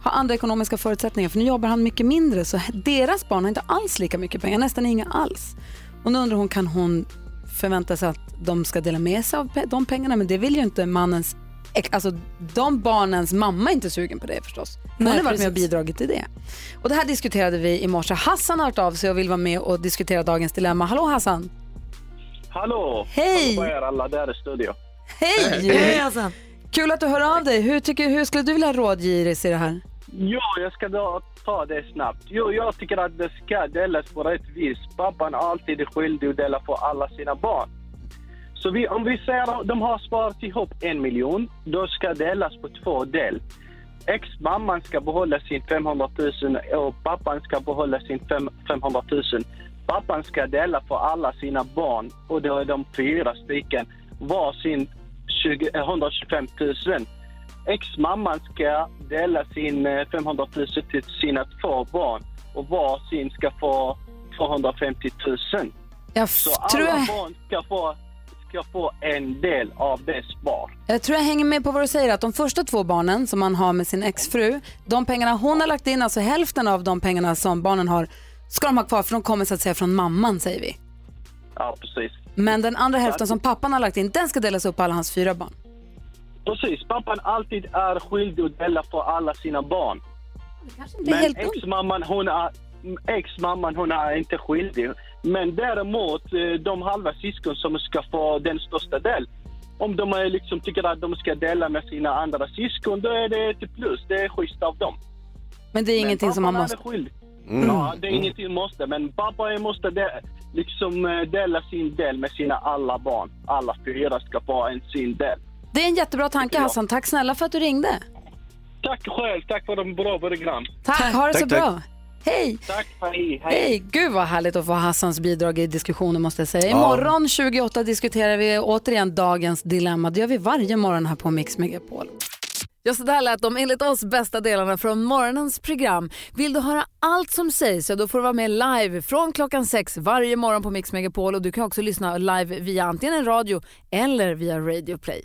Speaker 1: har andra ekonomiska förutsättningar för nu jobbar han mycket mindre så deras barn har inte alls lika mycket pengar, nästan inga alls. Och nu undrar hon, kan hon förväntar sig att de ska dela med sig av pe- de pengarna men det vill ju inte mannens, ex- alltså de barnens mamma är inte sugen på det förstås. Hon
Speaker 17: Nej,
Speaker 1: har varit med och
Speaker 17: precis.
Speaker 1: bidragit till det. Och det här diskuterade vi i morse. Hassan har hört av sig och vill vara med och diskutera dagens dilemma. Hallå Hassan!
Speaker 16: Hallå!
Speaker 1: Hej!
Speaker 16: Hallå på er alla där i studion.
Speaker 1: Hej! Kul att du hör av dig. Hur, tycker, hur skulle du vilja rådgiras i det här?
Speaker 16: Ja, jag ska då ta det snabbt. Jo, jag tycker att det ska delas på rätt vis. Pappan är alltid skyldig att dela på alla sina barn. Så vi, om vi säger att de har sparat ihop en miljon, då ska delas på två del. Ex-mamman ska behålla sin 500 000 och pappan ska behålla sin fem- 500 000. Pappan ska dela på alla sina barn och då är de fyra stycken var sin 20, eh, 125 000. Ex-mamman ska dela sin eh, 500 000 till sina två barn och var sin ska få 250 000.
Speaker 1: Jag f-
Speaker 16: Så alla
Speaker 1: tror jag-
Speaker 16: barn ska få, ska få en del av det spar.
Speaker 1: Jag tror jag hänger med på vad du säger, att de första två barnen som man har med sin exfru, de pengarna hon har lagt in, alltså hälften av de pengarna som barnen har, ska de ha kvar för de kommer så att säga från mamman säger vi.
Speaker 16: Ja, precis.
Speaker 1: Men den andra hälften som pappan har lagt in, den ska delas upp på alla hans fyra barn.
Speaker 16: Precis, pappan alltid är skyldig att dela på alla sina barn.
Speaker 1: inte är
Speaker 16: Men
Speaker 1: helt
Speaker 16: ex-mamman hon är, ex-mamman hon är inte skyldig. Men däremot eh, de halva syskon som ska få den största del. Om de är liksom tycker att de ska dela med sina andra syskon, då är det ett plus. Det är schysst av dem.
Speaker 1: Men det är ingenting som man
Speaker 16: pappan
Speaker 1: måste...
Speaker 16: är skyldig.
Speaker 1: Mm.
Speaker 16: Ja, det är
Speaker 1: Mm.
Speaker 16: ingenting måste, men pappa måste de, liksom eh, dela sin del med sina alla barn. Alla fyra ska få en sin del.
Speaker 1: Det är en jättebra tanke Hassan, tack snälla för att du ringde.
Speaker 16: Tack själv, tack för de bra program.
Speaker 1: Tack, ha det så bra. Hej!
Speaker 16: Tack, hej, hej.
Speaker 1: Hej, gud vad härligt att få Hassans bidrag i diskussionen måste jag säga.
Speaker 16: Ja.
Speaker 1: Imorgon 28 diskuterar vi återigen dagens dilemma. Det gör vi varje morgon här på Mix Megapol. Ja, så där lät de enligt oss bästa delarna från morgonens program. Vill du höra allt som sägs så då får du vara med live från klockan sex varje morgon på Mix Megapol och du kan också lyssna live via antingen en radio eller via Radio Play.